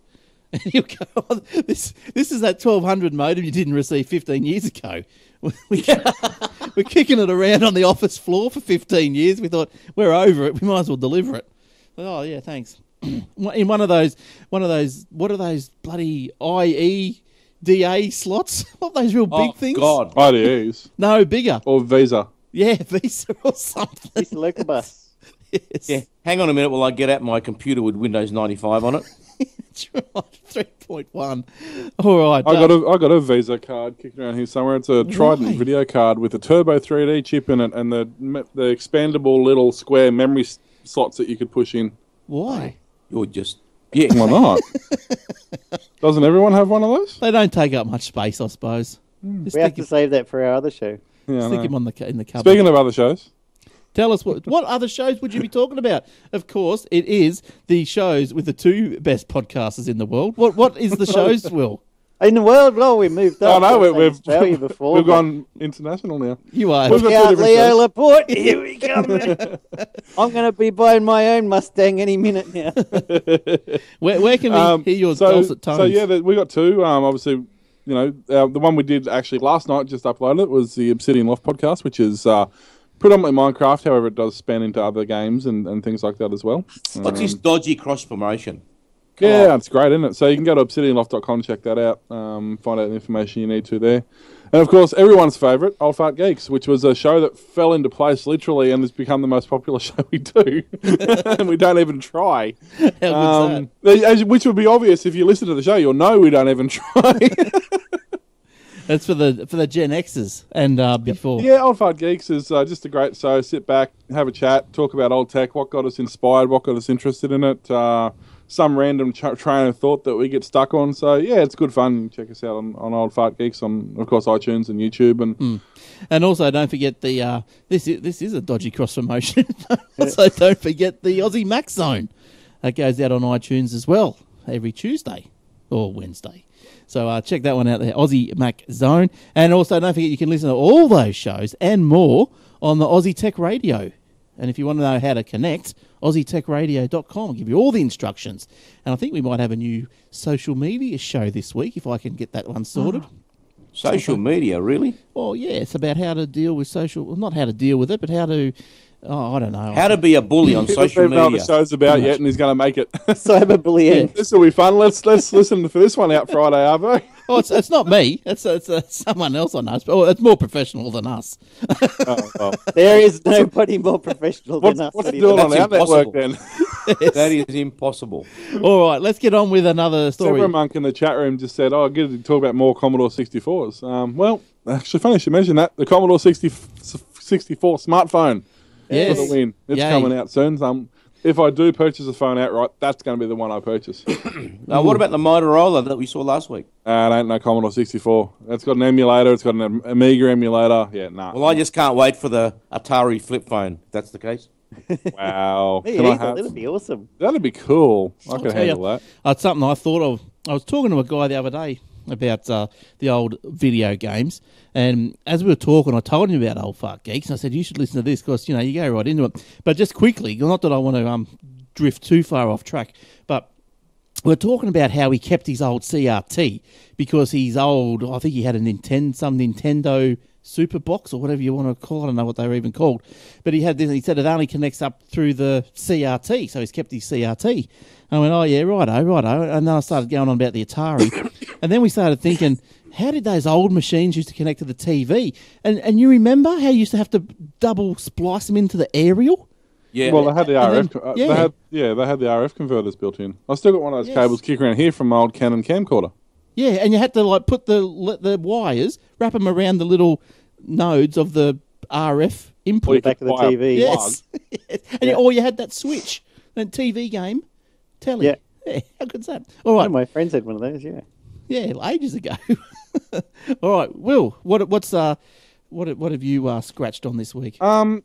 Speaker 1: You go on. This this is that twelve hundred modem you didn't receive fifteen years ago. We, we, we're kicking it around on the office floor for fifteen years. We thought we're over it. We might as well deliver it. Oh yeah, thanks. In one of those, one of those, what are those bloody IE DA slots? What are those real big
Speaker 4: oh,
Speaker 1: things?
Speaker 4: God.
Speaker 2: IDEs
Speaker 1: No, bigger.
Speaker 2: or Visa.
Speaker 1: Yeah, Visa or something.
Speaker 3: It's a local bus.
Speaker 1: Yes.
Speaker 4: Yeah. Hang on a minute while I get out my computer with Windows 95 on it.
Speaker 1: That's right. Three point one. All right.
Speaker 2: I
Speaker 1: uh,
Speaker 2: got a I got a Visa card kicking around here somewhere. It's a Trident
Speaker 1: Why?
Speaker 2: video card with a turbo 3D chip in it and the me- the expandable little square memory s- slots that you could push in.
Speaker 1: Why?
Speaker 4: You're just yeah.
Speaker 2: Why not? Doesn't everyone have one of those?
Speaker 1: They don't take up much space, I suppose. Just
Speaker 2: Hmm.
Speaker 3: We have
Speaker 1: stick,
Speaker 3: to save that for our other show.
Speaker 2: Yeah, I
Speaker 1: stick
Speaker 2: know.
Speaker 1: him on the cu- in the cupboard.
Speaker 2: Speaking of other shows,
Speaker 1: Tell us what what other shows would you be talking about? Of course, it is the shows with the two best podcasters in the world. What what is the shows? Will
Speaker 3: In the world, well, we moved
Speaker 2: oh
Speaker 3: up.
Speaker 2: no,
Speaker 3: We've
Speaker 2: we,
Speaker 3: done
Speaker 2: we've
Speaker 3: Australia before.
Speaker 2: we've
Speaker 3: but-
Speaker 2: gone international now.
Speaker 1: you are
Speaker 2: We've got
Speaker 3: Look out,
Speaker 2: two different
Speaker 3: Leo
Speaker 2: shows.
Speaker 3: Laporte. Here we come. I'm going to be buying my own Mustang any minute now.
Speaker 1: where, where can we hear your
Speaker 2: Um, so,
Speaker 1: dulcet tones?
Speaker 2: So yeah, the, we got two. Um, obviously, you know, uh, the one we did actually last night, just uploaded it, was the Obsidian Loft podcast, which is uh, Predominantly Minecraft, however, it does span into other games and, and things like that as well.
Speaker 4: What's this dodgy cross promotion?
Speaker 2: Yeah, it's great, isn't it? So you can go to obsidianloft.com, check that out, um, find out the information you need to there. And of course, everyone's favourite, Old Fart Geeks, which was a show that fell into place literally and has become the most popular show we do. and we don't even try.
Speaker 1: How good's
Speaker 2: Um, as- which would be obvious if you listen to the show, you'll know we don't even try.
Speaker 1: that? That's for the for the Gen Xers and uh, before.
Speaker 2: Yeah, Old Fart Geeks is uh, just a great show. Sit back, have a chat, talk about old tech, what got us inspired, what got us interested in it, uh, some random tra- train of thought that we get stuck on. So, yeah, it's good fun. Check us out on, on Old Fart Geeks on, of course, iTunes and YouTube. And
Speaker 1: And also, don't forget the uh, this is, this is a dodgy cross promotion. also, don't forget the Aussie Max Zone that goes out on iTunes as well every Tuesday or Wednesday. So uh, check that one out there, Aussie Mac Zone. And also, don't forget you can listen to all those shows and more on the Aussie Tech Radio. And if you want to know how to connect, AussieTechRadio.com will give you all the instructions. And I think we might have a new social media show this week if I can get that one sorted.
Speaker 4: Social media, really?
Speaker 1: Well, yeah, it's about how to deal with social. Well, not how to deal with it, but how to. Oh, I don't know.
Speaker 4: How to be a bully on
Speaker 2: people
Speaker 4: social
Speaker 2: don't know what the
Speaker 4: media?
Speaker 2: show's about yet, and he's going to make it.
Speaker 3: Cyberbullying.
Speaker 2: this will be fun. Let's let's listen for this one out Friday, Arvo.
Speaker 1: Oh, it's, it's not me. It's, it's uh, someone else on us. Oh, it's more professional than us.
Speaker 4: Oh,
Speaker 3: There is nobody more professional
Speaker 2: What's,
Speaker 3: than us.
Speaker 2: what's
Speaker 3: at
Speaker 2: it doing on
Speaker 4: That's
Speaker 2: our network
Speaker 4: impossible.
Speaker 2: then?
Speaker 4: That is impossible.
Speaker 1: All right, let's get on with another story.
Speaker 2: Deborah Monk in the chat room just said, "Oh, good to talk about more Commodore 64s." Um, well, actually, funny you should mention that. The Commodore 60, 64 smartphone
Speaker 1: Yes.
Speaker 2: for the win. It's
Speaker 1: Yay.
Speaker 2: coming out soon. Um, if I do purchase a phone outright, that's going to be the one I purchase. uh,
Speaker 4: Now, what about the Motorola that we saw last week?
Speaker 2: I ain't no Commodore 64. It's got an emulator. It's got an Am- Amiga emulator. Yeah, nah.
Speaker 4: Well, I just can't wait for the Atari flip phone. If that's the case.
Speaker 2: wow.
Speaker 3: Me
Speaker 2: Can I
Speaker 3: either.
Speaker 2: have-
Speaker 3: That'd be awesome.
Speaker 2: That'd be cool. I could
Speaker 1: tell
Speaker 2: handle
Speaker 1: you.
Speaker 2: that.
Speaker 1: Uh, it's something I thought of. I was talking to a guy the other day about uh, the old video games, and as we were talking, I told him about old fart geeks, and I said you should listen to this because you know you go right into it. But just quickly, not that I want to um, drift too far off track, but we're talking about how he kept his old CRT because he's old. I think he had a Nintendo, some Nintendo Super Box or whatever you want to call it. I don't know what they were even called, but he had this. He said it only connects up through the CRT, so he's kept his CRT. I went, oh yeah, righto, righto. And then I started going on about the Atari, and then we started thinking, how did those old machines used to connect to the TV? And and you remember how you used to have to double splice them into the aerial?
Speaker 4: Yeah.
Speaker 2: Well, they had the
Speaker 1: And then-
Speaker 2: RF. uh,
Speaker 1: yeah.
Speaker 2: They had, yeah, they had the RF converters built in. I still got one of those
Speaker 1: Yes.
Speaker 2: cables kick around here from my old Canon camcorder.
Speaker 1: Yeah, and you had to like put the le- the wires, wrap them around the little nodes of the RF
Speaker 2: Or you
Speaker 1: input.
Speaker 3: Back
Speaker 2: could
Speaker 3: of the
Speaker 2: buy a
Speaker 3: TV.
Speaker 2: plug.
Speaker 1: yes, and you- or you had that switch, that TV game, telly.
Speaker 3: Yeah.
Speaker 1: how good's that? All
Speaker 3: One
Speaker 1: right,
Speaker 3: of my friends had one of those. Yeah.
Speaker 1: yeah, ages ago. All right, Will, what what's uh, what what have you uh, scratched on this week?
Speaker 2: Um,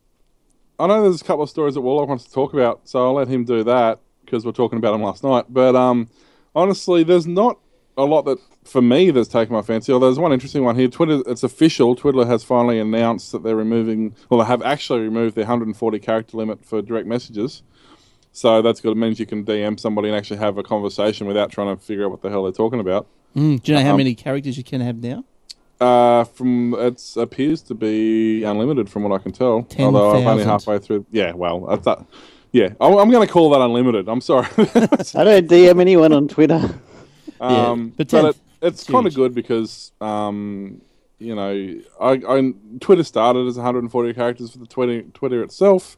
Speaker 2: I know there's a couple of stories that Warlock wants to talk about, so I'll let him do that because we're talking about him last night. But um, honestly, there's not a lot that for me that's taken my fancy. Although there's one interesting one here. Twitter, it's official. Twitter has finally announced that they're removing, well, they have actually removed their 140 character limit for direct messages. So that's good. It means you can DM somebody and actually have a conversation without trying to figure out what the hell they're talking about.
Speaker 1: Mm, do you know how many characters you can have now?
Speaker 2: Uh, from it appears to be unlimited, from what I can tell. Although I'm only
Speaker 1: 10,000.
Speaker 2: halfway through. Yeah, well, I thought. Yeah, I'm, I'm going to call that unlimited. I'm sorry.
Speaker 3: I don't DM anyone on Twitter.
Speaker 2: um,
Speaker 1: but
Speaker 2: but
Speaker 1: 10
Speaker 2: it, it's kind
Speaker 1: huge.
Speaker 2: of good because um, you know, I, I Twitter started as 140 characters for the Twitter Twitter itself,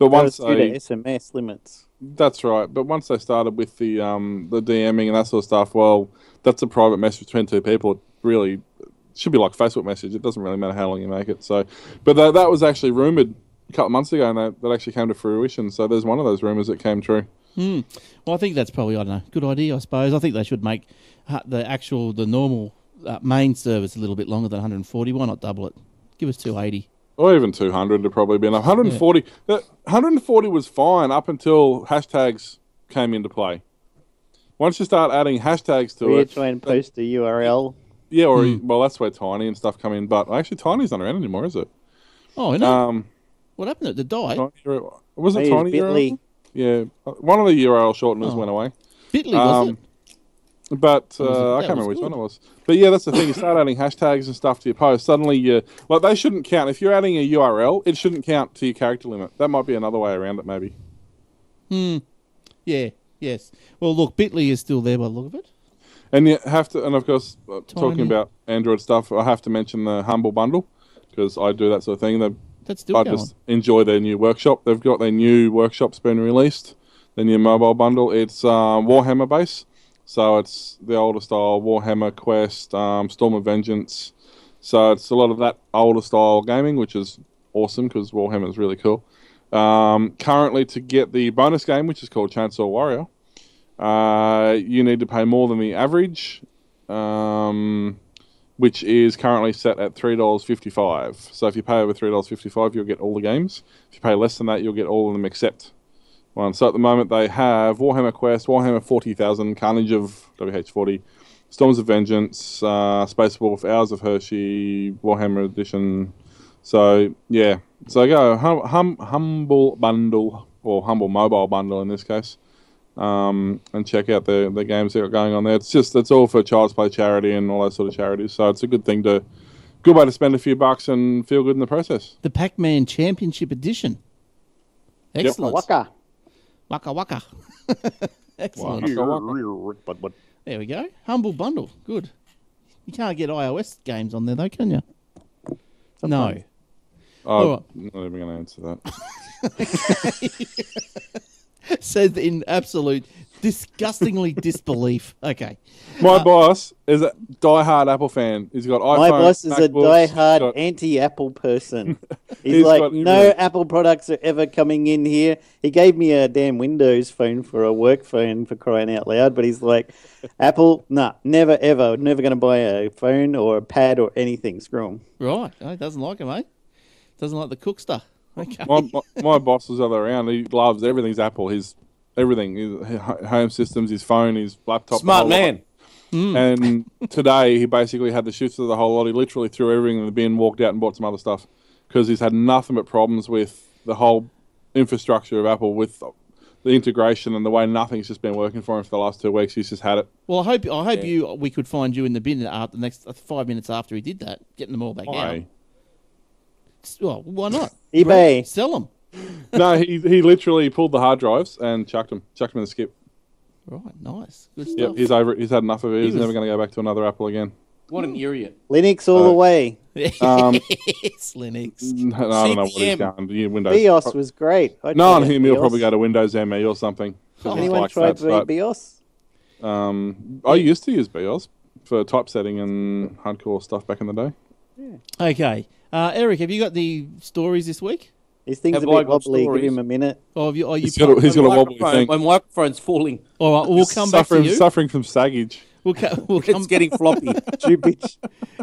Speaker 2: but once
Speaker 3: Those Twitter
Speaker 2: they,
Speaker 3: SMS limits.
Speaker 2: that's right. But once they started with the um the DMing and that sort of stuff, well, that's a private message between two people. It really should be like Facebook message. It doesn't really matter how long you make it. So, but that, that was actually rumored a couple of months ago, and that, that actually came to fruition. So there's one of those rumors that came true.
Speaker 1: Well, I think that's probably I don't know good idea. I suppose I think they should make uh, the actual the normal uh, main service a little bit longer than 140. Why not double it? Give us 280.
Speaker 2: or even 200 would probably be enough. 140, that- 140 was fine up until hashtags came into play. Once you start adding hashtags to
Speaker 3: We
Speaker 2: it,
Speaker 3: try and post a URL.
Speaker 2: yeah, or well, that's where Tiny and stuff come in. But actually, Tiny's not around anymore, is it?
Speaker 1: Oh, no!
Speaker 2: Um,
Speaker 1: what happened to the die?
Speaker 2: Tiny, was it
Speaker 3: Hey,
Speaker 2: Tiny?
Speaker 3: Bitly.
Speaker 2: uh, URL? Yeah, one of the URL shorteners
Speaker 1: Oh.
Speaker 2: went away.
Speaker 1: Bitly was
Speaker 2: um,
Speaker 1: it?
Speaker 2: But uh, I
Speaker 1: that
Speaker 2: can't
Speaker 1: was
Speaker 2: remember which
Speaker 1: good.
Speaker 2: one it was. But yeah, that's the thing. You start adding hashtags and stuff to your post. Suddenly, you like they shouldn't count. If you're adding a URL, it shouldn't count to your character limit. That might be another way around it, maybe.
Speaker 1: Yeah, yes. Well, look, Bitly is still there by the look of it.
Speaker 2: And you have to, and of course, uh,
Speaker 1: Tiny.
Speaker 2: talking about Android stuff, I have to mention the Humble Bundle because I do that sort of thing. They,
Speaker 1: That's still
Speaker 2: I
Speaker 1: going.
Speaker 2: just enjoy their new workshop. They've got their new workshops been released, their new mobile bundle. It's um, Warhammer base, so it's the older style Warhammer Quest, um, Storm of Vengeance. So it's a lot of that older style gaming, which is awesome because Warhammer is really cool. Um, currently, to get the bonus game, which is called Chainsaw Warrior, uh, you need to pay more than the average, um, which is currently set at three dollars fifty-five. So if you pay over three dollars fifty-five, you'll get all the games. If you pay less than that, you'll get all of them except one. So at the moment, they have Warhammer Quest, Warhammer Forty Thousand, Carnage of WH Forty, Storms of Vengeance, uh, Space Wolf, Hours of Hershey, Warhammer Edition. So yeah, so go hum, hum, humble bundle or humble mobile bundle in this case um, and check out the the games that are going on there. It's just it's all for Child's Play charity and all those sort of charities. So it's a good thing to good way to spend a few bucks and feel good in the process.
Speaker 1: The Pac Man Championship Edition. Excellent.
Speaker 3: Waka.
Speaker 1: Waka waka. Excellent.
Speaker 2: Waka
Speaker 1: There we go. Humble bundle. Good. You can't get iOS games on there though, can you? No.
Speaker 2: Oh,
Speaker 1: right.
Speaker 2: I'm not even going to answer that.
Speaker 1: Says in absolute disgustingly disbelief. Okay.
Speaker 2: My boss is a diehard Apple fan. He's got iPhone.
Speaker 3: My boss is a
Speaker 2: MacBooks, he's
Speaker 3: diehard
Speaker 2: got-
Speaker 3: anti-Apple person. He's,
Speaker 2: He's
Speaker 3: like,
Speaker 2: got
Speaker 3: no
Speaker 2: everything."
Speaker 3: Apple products are ever coming in here. He gave me a damn Windows phone for a work phone for crying out loud, but he's like, Apple, nah, never ever, never going to buy a phone or a pad or anything. Screw 'em.
Speaker 1: Right. Oh, doesn't like it, mate. Doesn't like the cookster. Okay.
Speaker 2: my, my, my boss was the other around. He loves everything's Apple. His everything, his h- home systems, his phone, his laptop. the
Speaker 4: Smart
Speaker 2: whole lot.
Speaker 4: man.
Speaker 2: And today he basically had the shifts of the whole lot. He literally threw everything in the bin, walked out, and bought some other stuff because he's had nothing but problems with the whole infrastructure of Apple, with the integration and the way nothing's just been working for him for the last two weeks. He's just had it.
Speaker 1: Well, I hope I hope you we could find you in the bin after the next five minutes after he did that, getting them all back out.
Speaker 2: Why?
Speaker 1: Well, why not?
Speaker 3: eBay.
Speaker 1: Right? Sell them.
Speaker 2: no, he he literally pulled the hard drives and chucked them, chucked them in the skip.
Speaker 1: Right. Nice. Good
Speaker 2: Yep,
Speaker 1: stuff.
Speaker 2: he's over. it. He's had enough of it. He's
Speaker 1: was-
Speaker 2: never going to go back to another Apple again.
Speaker 4: What an idiot.
Speaker 3: Linux all the
Speaker 2: Uh,
Speaker 3: way.
Speaker 2: Um,
Speaker 1: It's Linux.
Speaker 2: no, no, I don't know what he's
Speaker 4: CPM.
Speaker 2: going. to- Windows.
Speaker 3: BIOS was great. I'd
Speaker 2: no, on
Speaker 3: try
Speaker 2: him he'll
Speaker 3: BIOS.
Speaker 2: probably go to Windows ME or something. 'cause it's
Speaker 3: Oh. Anyone
Speaker 2: like
Speaker 3: tried
Speaker 2: that, but-
Speaker 3: BIOS?
Speaker 2: Um, I used to use BIOS for typesetting and hardcore stuff back in the day.
Speaker 1: Okay. Uh, Eric, have you got the stories this week?
Speaker 3: These things
Speaker 4: Have
Speaker 3: are a
Speaker 4: I
Speaker 3: bit
Speaker 4: got
Speaker 3: wobbly. Give
Speaker 4: stories?
Speaker 3: him a minute.
Speaker 1: Or have you? Are you
Speaker 2: He's got a, he's got a
Speaker 4: My
Speaker 2: wobbly thing.
Speaker 4: microphone- My microphone's falling.
Speaker 1: all right. Well, we'll come back
Speaker 2: suffering,
Speaker 1: to you.
Speaker 2: suffering from saggage.
Speaker 1: We'll, co- we'll come.
Speaker 4: It's getting floppy.
Speaker 3: You bitch.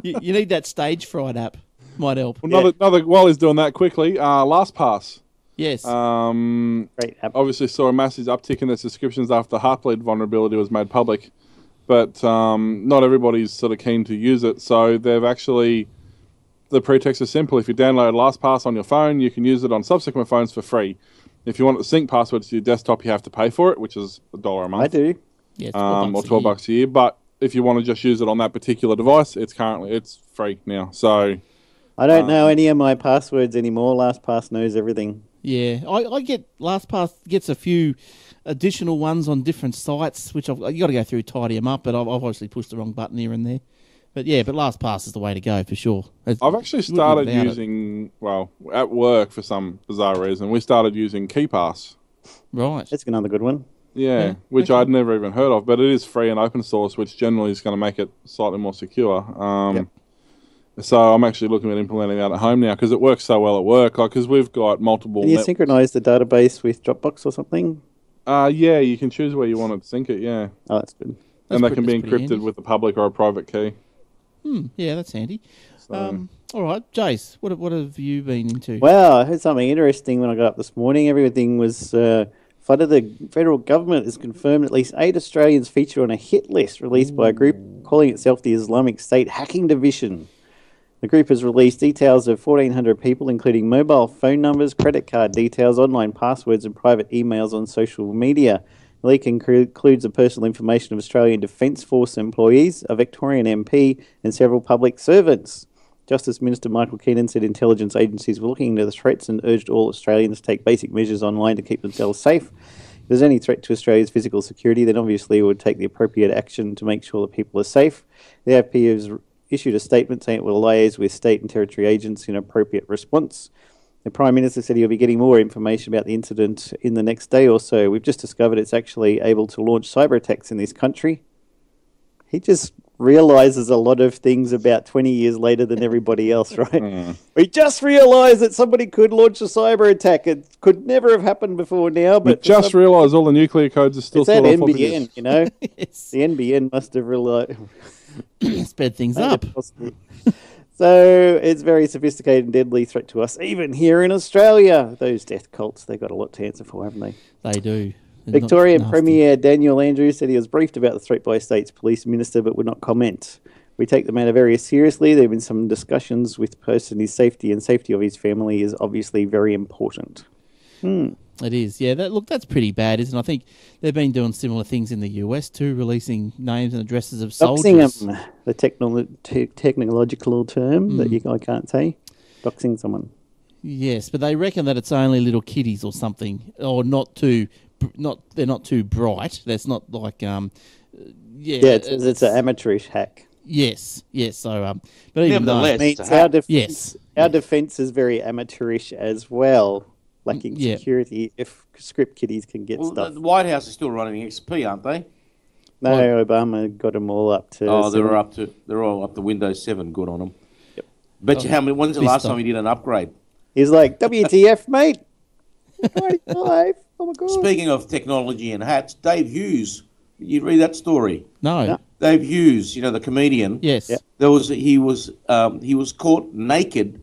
Speaker 1: you, you need that stage fright app. Might help.
Speaker 2: Well, another, another, while he's doing that quickly, uh, LastPass.
Speaker 1: Yes.
Speaker 2: Um,
Speaker 3: Great app.
Speaker 2: obviously saw a massive uptick in their subscriptions after Heartbleed vulnerability was made public, but um, not everybody's sort of keen to use it. So they've actually the pretext is simple. If you download LastPass on your phone, you can use it on subsequent phones for free. If you want it to sync passwords to your desktop, you have to pay for it, which is a dollar a month
Speaker 3: I do.
Speaker 1: yes.
Speaker 2: um, or
Speaker 1: a
Speaker 2: twelve
Speaker 1: year.
Speaker 2: bucks a year. But if you want to just use it on that particular device, it's currently it's free now. So
Speaker 3: I don't know any of my passwords anymore. LastPass knows everything.
Speaker 1: Yeah, I, I get LastPass gets a few additional ones on different sites, which I've you got to go through tidy them up. But I've, I've obviously pushed the wrong button here and there. But yeah, but LastPass is the way to go for sure. It's-
Speaker 2: I've actually
Speaker 1: wouldn't have
Speaker 2: started
Speaker 1: without it.
Speaker 2: using well at work for some bizarre reason. We started using KeyPass.
Speaker 1: right.
Speaker 3: That's another good one.
Speaker 2: Yeah,
Speaker 1: Yeah,
Speaker 2: which I'd never even heard of, but it is free and open source, which generally is going to make it slightly more secure. Um, So I'm actually looking at implementing that at home now because it works so well at work. Like, because we've got multiple.
Speaker 3: Can you
Speaker 2: net-
Speaker 3: synchronize the database with Dropbox or something?
Speaker 2: uh, yeah, you can choose where you want to sync it. Yeah,
Speaker 3: Oh, that's good.
Speaker 1: That's
Speaker 2: and they
Speaker 1: pretty-
Speaker 2: can be
Speaker 1: that's pretty
Speaker 2: encrypted
Speaker 1: handy.
Speaker 2: with a public or a private key.
Speaker 1: Yeah, that's handy. Um, all right, Jace, what what have you been into?
Speaker 3: Wow, I heard something interesting when I got up this morning. Everything was uh, flooded. The federal government has confirmed at least eight Australians feature on a hit list released by a group calling itself the Islamic State Hacking Division. The group has released details of 1,400 people, including mobile phone numbers, credit card details, online passwords, and private emails on social media. The leak inclu- includes the personal information of Australian Defence Force employees, a Victorian MP, and several public servants. Justice Minister Michael Keenan said intelligence agencies were looking into the threats and urged all Australians to take basic measures online to keep themselves safe. If there's any threat to Australia's physical security, then obviously we would take the appropriate action to make sure that people are safe. The AFP has r- issued a statement saying it will liaise with state and territory agents in appropriate response. The Prime Minister said he'll be getting more information about the incident in the next day or so. We've just discovered it's actually able to launch cyber attacks in this country. He just realizes a lot of things about 20 years later than everybody else, right?
Speaker 2: Hmm.
Speaker 3: We just realized that somebody could launch a cyber attack. It could never have happened before now,
Speaker 2: We
Speaker 3: but for
Speaker 2: just
Speaker 3: some-
Speaker 2: realised all the nuclear codes are still
Speaker 3: it's that
Speaker 2: thought of for years.
Speaker 3: NBN, you know?
Speaker 1: Yes.
Speaker 3: The NBN must have realized.
Speaker 1: Sped things up.
Speaker 3: Possible. so it's very sophisticated and deadly threat to us, even here in Australia. Those death cults, they've got a lot to answer for, haven't they?
Speaker 1: They do. They're not
Speaker 3: Victorian
Speaker 1: nasty.
Speaker 3: Premier Daniel Andrews said he was briefed about the threat by state's police minister but would not comment. We take the matter very seriously. There have been some discussions with person his safety and safety of his family is obviously very important.
Speaker 1: It is, yeah. That look, that's pretty bad, isn't it? I think they've been doing similar things in the US too, releasing names and addresses of
Speaker 3: Doxing
Speaker 1: soldiers.
Speaker 3: them, um, the technolo- te- technological term that
Speaker 1: Mm.
Speaker 3: you, I can't say. Doxing someone.
Speaker 1: Yes, but they reckon that it's only little kiddies or something, or not too, not they're not too bright. That's not like um, yeah,
Speaker 3: Yeah, it's, it's, an amateurish hack.
Speaker 1: yes, yes. So um, but even though-
Speaker 5: Nevertheless,
Speaker 3: means
Speaker 5: it's a
Speaker 3: our
Speaker 5: hack.
Speaker 3: defense,
Speaker 1: Yes.
Speaker 3: our defense is very amateurish as well, lacking
Speaker 1: Yeah.
Speaker 3: security. If script kiddies can get
Speaker 4: Well, the,
Speaker 3: stuff,
Speaker 4: the White House is still running XP, aren't they?
Speaker 3: no, Obama got them all up to.
Speaker 4: Oh,
Speaker 3: seven-
Speaker 4: they're up to they're all up to Windows Seven. Good on them. Bet
Speaker 1: Oh,
Speaker 4: you how many? When's the
Speaker 1: Fist
Speaker 4: last
Speaker 1: up.
Speaker 4: time you did an upgrade?
Speaker 3: He's like, WTF, mate? Ninety-five. Oh my god.
Speaker 4: Speaking of technology and hats, Dave Hughes. You read that story?
Speaker 1: no,
Speaker 3: Yeah.
Speaker 4: Dave Hughes, you know the comedian.
Speaker 1: yes,
Speaker 3: Yeah.
Speaker 4: There was he was um, he was caught naked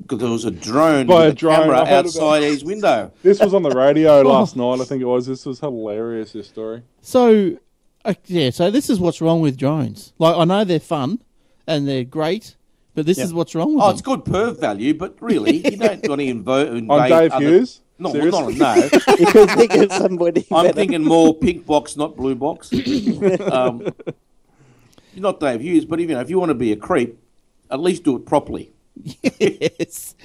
Speaker 4: because there was a drone
Speaker 2: By
Speaker 4: with
Speaker 2: a
Speaker 4: a,
Speaker 2: drone, I
Speaker 4: camera
Speaker 2: heard about
Speaker 4: outside his window.
Speaker 2: This was on the radio last night, I think it was. This was hilarious, this story.
Speaker 1: So, uh, yeah, so this is what's wrong with drones. Like, I know they're fun and they're great, but this is what's wrong with
Speaker 4: Oh,
Speaker 1: them.
Speaker 4: it's good perv value, but really, you don't want to invo- invade.
Speaker 2: On Dave
Speaker 4: other-
Speaker 2: Hughes?
Speaker 4: No, well, not
Speaker 2: Seriously?
Speaker 4: on no.
Speaker 3: You could think of somebody.
Speaker 4: I'm
Speaker 3: better.
Speaker 4: thinking more pink box, not blue box. um, not Dave Hughes, but if, you know, if you want to be a creep, at least do it properly.
Speaker 1: yes.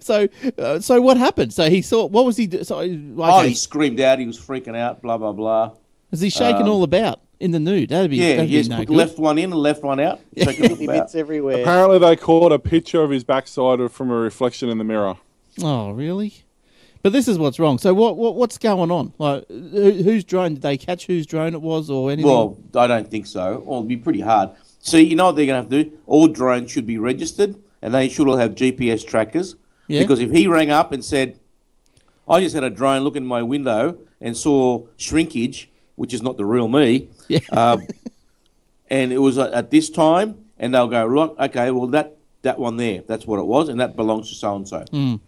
Speaker 1: So, uh, so what happened? So he saw. What was he? Do- so, okay,
Speaker 4: Oh, he screamed out. He was freaking out. Blah blah blah.
Speaker 1: is he shaking all about in the nude? That'd be
Speaker 4: um, Yeah,
Speaker 1: that'd
Speaker 4: yes.
Speaker 1: be no
Speaker 4: put
Speaker 1: good.
Speaker 4: left one in and left one out. Check it all
Speaker 3: bits
Speaker 4: out.
Speaker 3: everywhere.
Speaker 2: Apparently, they caught a picture of his backside from a reflection in the mirror.
Speaker 1: Oh, really? But this is what's wrong. So what, what what's going on? Like, who, whose drone did they catch? Whose drone it was, or anything?
Speaker 4: Well, I don't think so. Well, it'd be pretty hard. So you know what they're going to have to do? All drones should be registered, and they should all have GPS trackers.
Speaker 1: Yeah.
Speaker 4: Because if he rang up and said, "I just had a drone look in my window and saw shrinkage, which is not the real me,"
Speaker 1: Yeah.
Speaker 4: um, and it was at at this time, and they'll go, "Right, okay, well that that one there, that's what it was, and that belongs to so and so."
Speaker 1: Mm.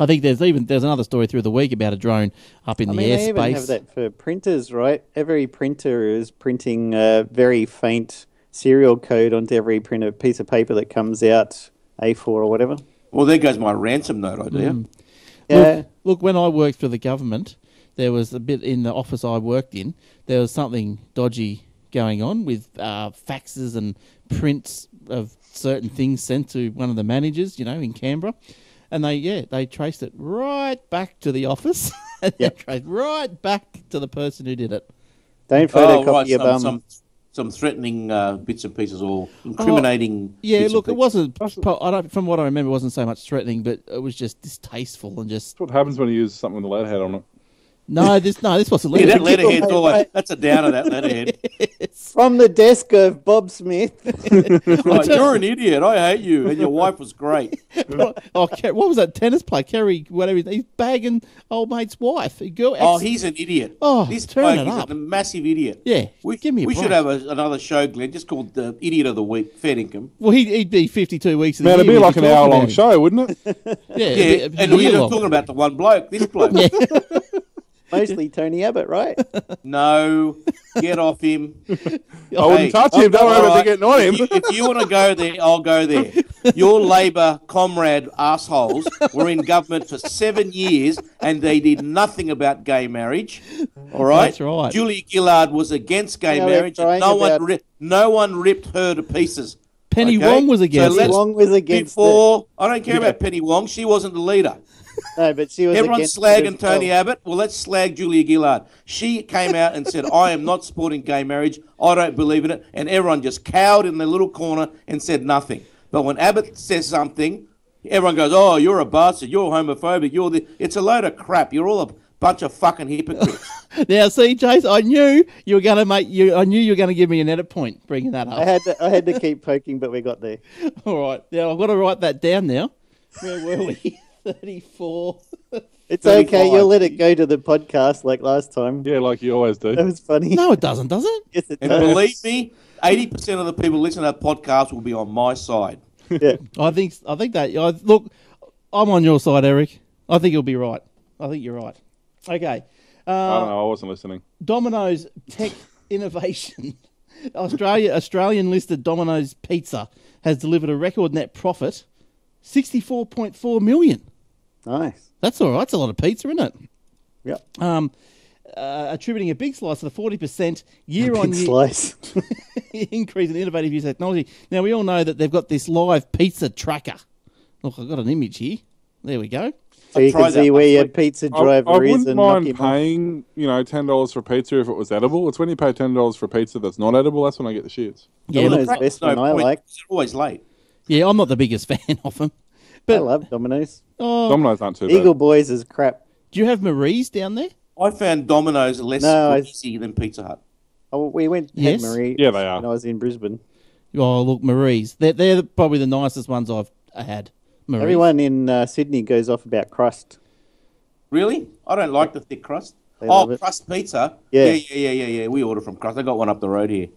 Speaker 1: I think there's even there's another story through the week about a drone up in
Speaker 3: I
Speaker 1: the
Speaker 3: mean, they even have
Speaker 1: airspace.
Speaker 3: that for printers, right? Every printer is printing a very faint serial code onto every printer piece of paper that comes out, A4 or whatever.
Speaker 4: Well, there goes my ransom note
Speaker 1: Mm.
Speaker 4: idea.
Speaker 3: Yeah,
Speaker 1: Look, when I worked for the government, there was a bit in the office I worked in. There was something dodgy going on with uh, faxes and prints of certain things sent to one of the managers, you know, in Canberra. And they, yeah, they traced it right back to the office. and they traced right back to the person who did it.
Speaker 3: don't
Speaker 4: Oh,
Speaker 3: photocopy
Speaker 4: right,
Speaker 3: your
Speaker 4: some,
Speaker 3: bum.
Speaker 4: some, some threatening uh, bits and pieces or incriminating.
Speaker 1: Oh, Yeah,
Speaker 4: bits
Speaker 1: look, it
Speaker 4: and pieces.
Speaker 1: wasn't. po- I don't, from what I remember, it wasn't so much threatening, but it was just distasteful and just
Speaker 2: That's what happens when you use something with a lead head on it.
Speaker 1: no. This no, this wasn't.
Speaker 4: Yeah,
Speaker 1: legal.
Speaker 4: that letterhead's always, that's a downer, that letterhead.
Speaker 3: From the desk of Bob Smith.
Speaker 4: Like, you're an idiot. I hate you. And your wife was great.
Speaker 1: what, oh, Ke- what was that tennis player? Kerry, whatever. his- He's bagging old mate's wife. A Girl,
Speaker 4: Oh,
Speaker 1: ex-
Speaker 4: he's an idiot.
Speaker 1: Oh,
Speaker 4: this
Speaker 1: turn
Speaker 4: bloke
Speaker 1: it
Speaker 4: is
Speaker 1: up.
Speaker 4: a massive idiot.
Speaker 1: Yeah,
Speaker 4: we,
Speaker 1: give me a
Speaker 4: We should
Speaker 1: break.
Speaker 4: have a, another show, Glenn, just called the Idiot of the Week, Fair Income.
Speaker 1: well, he'd, he'd be fifty-two weeks. Of
Speaker 2: Man,
Speaker 1: the
Speaker 2: it'd
Speaker 1: year
Speaker 2: be
Speaker 1: we'd
Speaker 2: like an
Speaker 1: talking
Speaker 2: hour long
Speaker 1: about him.
Speaker 2: show, wouldn't it?
Speaker 1: Yeah,
Speaker 4: Yeah,
Speaker 1: it'd be a
Speaker 4: and we're
Speaker 1: year-long.
Speaker 4: not talking about the one bloke, this bloke.
Speaker 3: Mostly Tony Abbott, right?
Speaker 4: No, get off him.
Speaker 2: I wouldn't touch him. Don't worry about me getting on
Speaker 4: If you,
Speaker 2: him.
Speaker 4: want to go there, I'll go there. Your Labor comrade assholes were in government for seven years and they did nothing about gay marriage. All right,
Speaker 1: That's right.
Speaker 4: Julia Gillard was against gay
Speaker 3: Now they're
Speaker 4: marriage, and
Speaker 3: crying
Speaker 4: no one
Speaker 3: about-
Speaker 4: ri- no one ripped her to pieces.
Speaker 1: Penny
Speaker 4: Okay.
Speaker 1: Wong was
Speaker 4: So
Speaker 1: against
Speaker 4: let's-
Speaker 1: it.
Speaker 3: Wong was against it.
Speaker 4: Before I don't care about Penny Wong, she wasn't the leader.
Speaker 3: No, but she was
Speaker 4: Everyone
Speaker 3: against it
Speaker 4: slagging
Speaker 3: as well.
Speaker 4: Tony Abbott. Well, let's slag Julia Gillard. She came out and said, "I am not supporting gay marriage. I don't believe in it," and everyone just cowed in their little corner and said nothing. But when Abbott says something, everyone goes, "Oh, you're a bastard. You're homophobic. You're the." It's a load of crap. You're all a bunch of fucking hypocrites.
Speaker 1: Now, see, Chase, I knew you were going to make you. I knew you were going to give me an edit point bringing that
Speaker 3: I
Speaker 1: up.
Speaker 3: had to, I had to keep poking, but we got there.
Speaker 1: All right, now I've got to write that down. Now, where were we? Thirty-four.
Speaker 3: It's
Speaker 4: 35.
Speaker 3: okay. You'll let it go to the podcast like last time.
Speaker 2: Yeah, like you always do.
Speaker 3: That was funny.
Speaker 1: No, it doesn't, does it?
Speaker 3: Yes, it
Speaker 4: And
Speaker 3: does.
Speaker 4: believe me, eighty percent of the people listening to that podcast will be on my side.
Speaker 3: Yeah.
Speaker 1: I think. I think that. I, look, I'm on your side, Eric. I think you'll be right. I think you're right. Okay. Uh,
Speaker 2: I don't know. I wasn't listening.
Speaker 1: Domino's Tech Innovation. Australia Australian listed Domino's Pizza has delivered a record net profit, sixty four point four million.
Speaker 3: Nice.
Speaker 1: That's all right. That's a lot of pizza, isn't it?
Speaker 3: Yep.
Speaker 1: Um, uh, attributing a big slice of the forty percent year on
Speaker 3: Big
Speaker 1: year
Speaker 3: slice.
Speaker 1: increase in innovative use of technology. Now we all know that they've got this live pizza tracker. Look, I've got an image here. There we go.
Speaker 3: so you
Speaker 4: tried
Speaker 3: can see
Speaker 4: that
Speaker 3: where
Speaker 4: last
Speaker 3: your
Speaker 4: week.
Speaker 3: pizza
Speaker 2: I, I
Speaker 3: driver is
Speaker 2: wouldn't
Speaker 3: and knock
Speaker 2: mind
Speaker 3: him off.
Speaker 2: paying, you know, ten dollars for pizza if it was edible. It's when you pay ten dollars for pizza that's not edible. That's when I get the shits.
Speaker 1: Yeah,
Speaker 3: Domino's
Speaker 1: look,
Speaker 4: Right,
Speaker 3: best
Speaker 4: no
Speaker 3: one I
Speaker 4: point,
Speaker 3: like.
Speaker 4: 'cause They're always late.
Speaker 1: yeah. I'm not the biggest fan of them,
Speaker 3: I
Speaker 1: but
Speaker 3: love Domino's.
Speaker 1: oh,
Speaker 2: Dominoes aren't too
Speaker 3: Eagle
Speaker 2: bad.
Speaker 3: Boys is crap.
Speaker 1: do you have Marie's down there?
Speaker 4: I found Domino's less
Speaker 3: No, I-
Speaker 4: greasy than Pizza Hut.
Speaker 3: Oh, we went
Speaker 1: Yes.
Speaker 3: had Marie.
Speaker 2: Yeah, they are.
Speaker 3: When I was in Brisbane.
Speaker 1: Oh, look, Marie's. They're, they're probably the nicest ones I've uh, had. Marie's.
Speaker 3: Everyone in uh, Sydney goes off about crust.
Speaker 4: Really? I don't like the thick crust.
Speaker 3: They
Speaker 4: oh,
Speaker 3: love it.
Speaker 4: crust pizza.
Speaker 3: Yeah.
Speaker 4: yeah, yeah, yeah, yeah, yeah. We order from crust. I got one up the road here.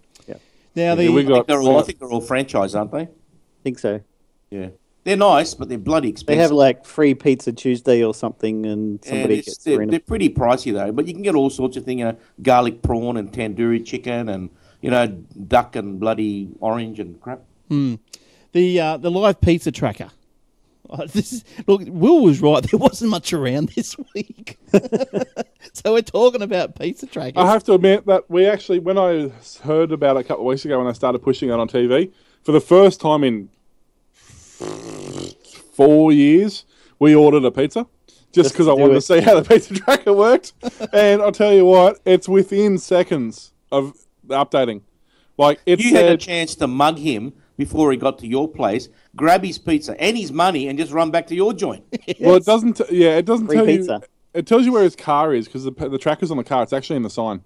Speaker 1: Now, the,
Speaker 2: Yeah, we
Speaker 4: I think
Speaker 2: got.
Speaker 4: they're all, I think they're all franchise, aren't they?
Speaker 3: think so.
Speaker 4: Yeah. They're nice, but they're bloody
Speaker 3: They
Speaker 4: expensive.
Speaker 3: have like free pizza Tuesday or something, and
Speaker 4: And
Speaker 3: somebody
Speaker 4: it's-
Speaker 3: gets
Speaker 4: they're,
Speaker 3: their
Speaker 4: they're pretty pricey though, but you can get all sorts of things, you know, garlic prawn and tandoori chicken and you know duck and bloody orange and crap.
Speaker 1: the, uh, the live pizza tracker. Oh, this is, look, Will was right. There wasn't much around this week. so we're talking about pizza trackers.
Speaker 2: I have to admit that we actually, when I heard about it a couple of weeks ago, when they started pushing it on TV, for the first time in four years, we ordered a pizza just because I
Speaker 3: do
Speaker 2: wanted to
Speaker 3: it.
Speaker 2: see how the pizza tracker worked. and I'll tell you what, it's within seconds of updating. Like it
Speaker 4: You had a
Speaker 2: said,
Speaker 4: chance to mug him before he got to your place, grab his pizza and his money, and just run back to your joint.
Speaker 2: well, it doesn't. T- yeah, it doesn't
Speaker 3: Free
Speaker 2: tell
Speaker 3: pizza.
Speaker 2: you. It tells you where his car is because the, p- the tracker's on the car. It's actually in the sign,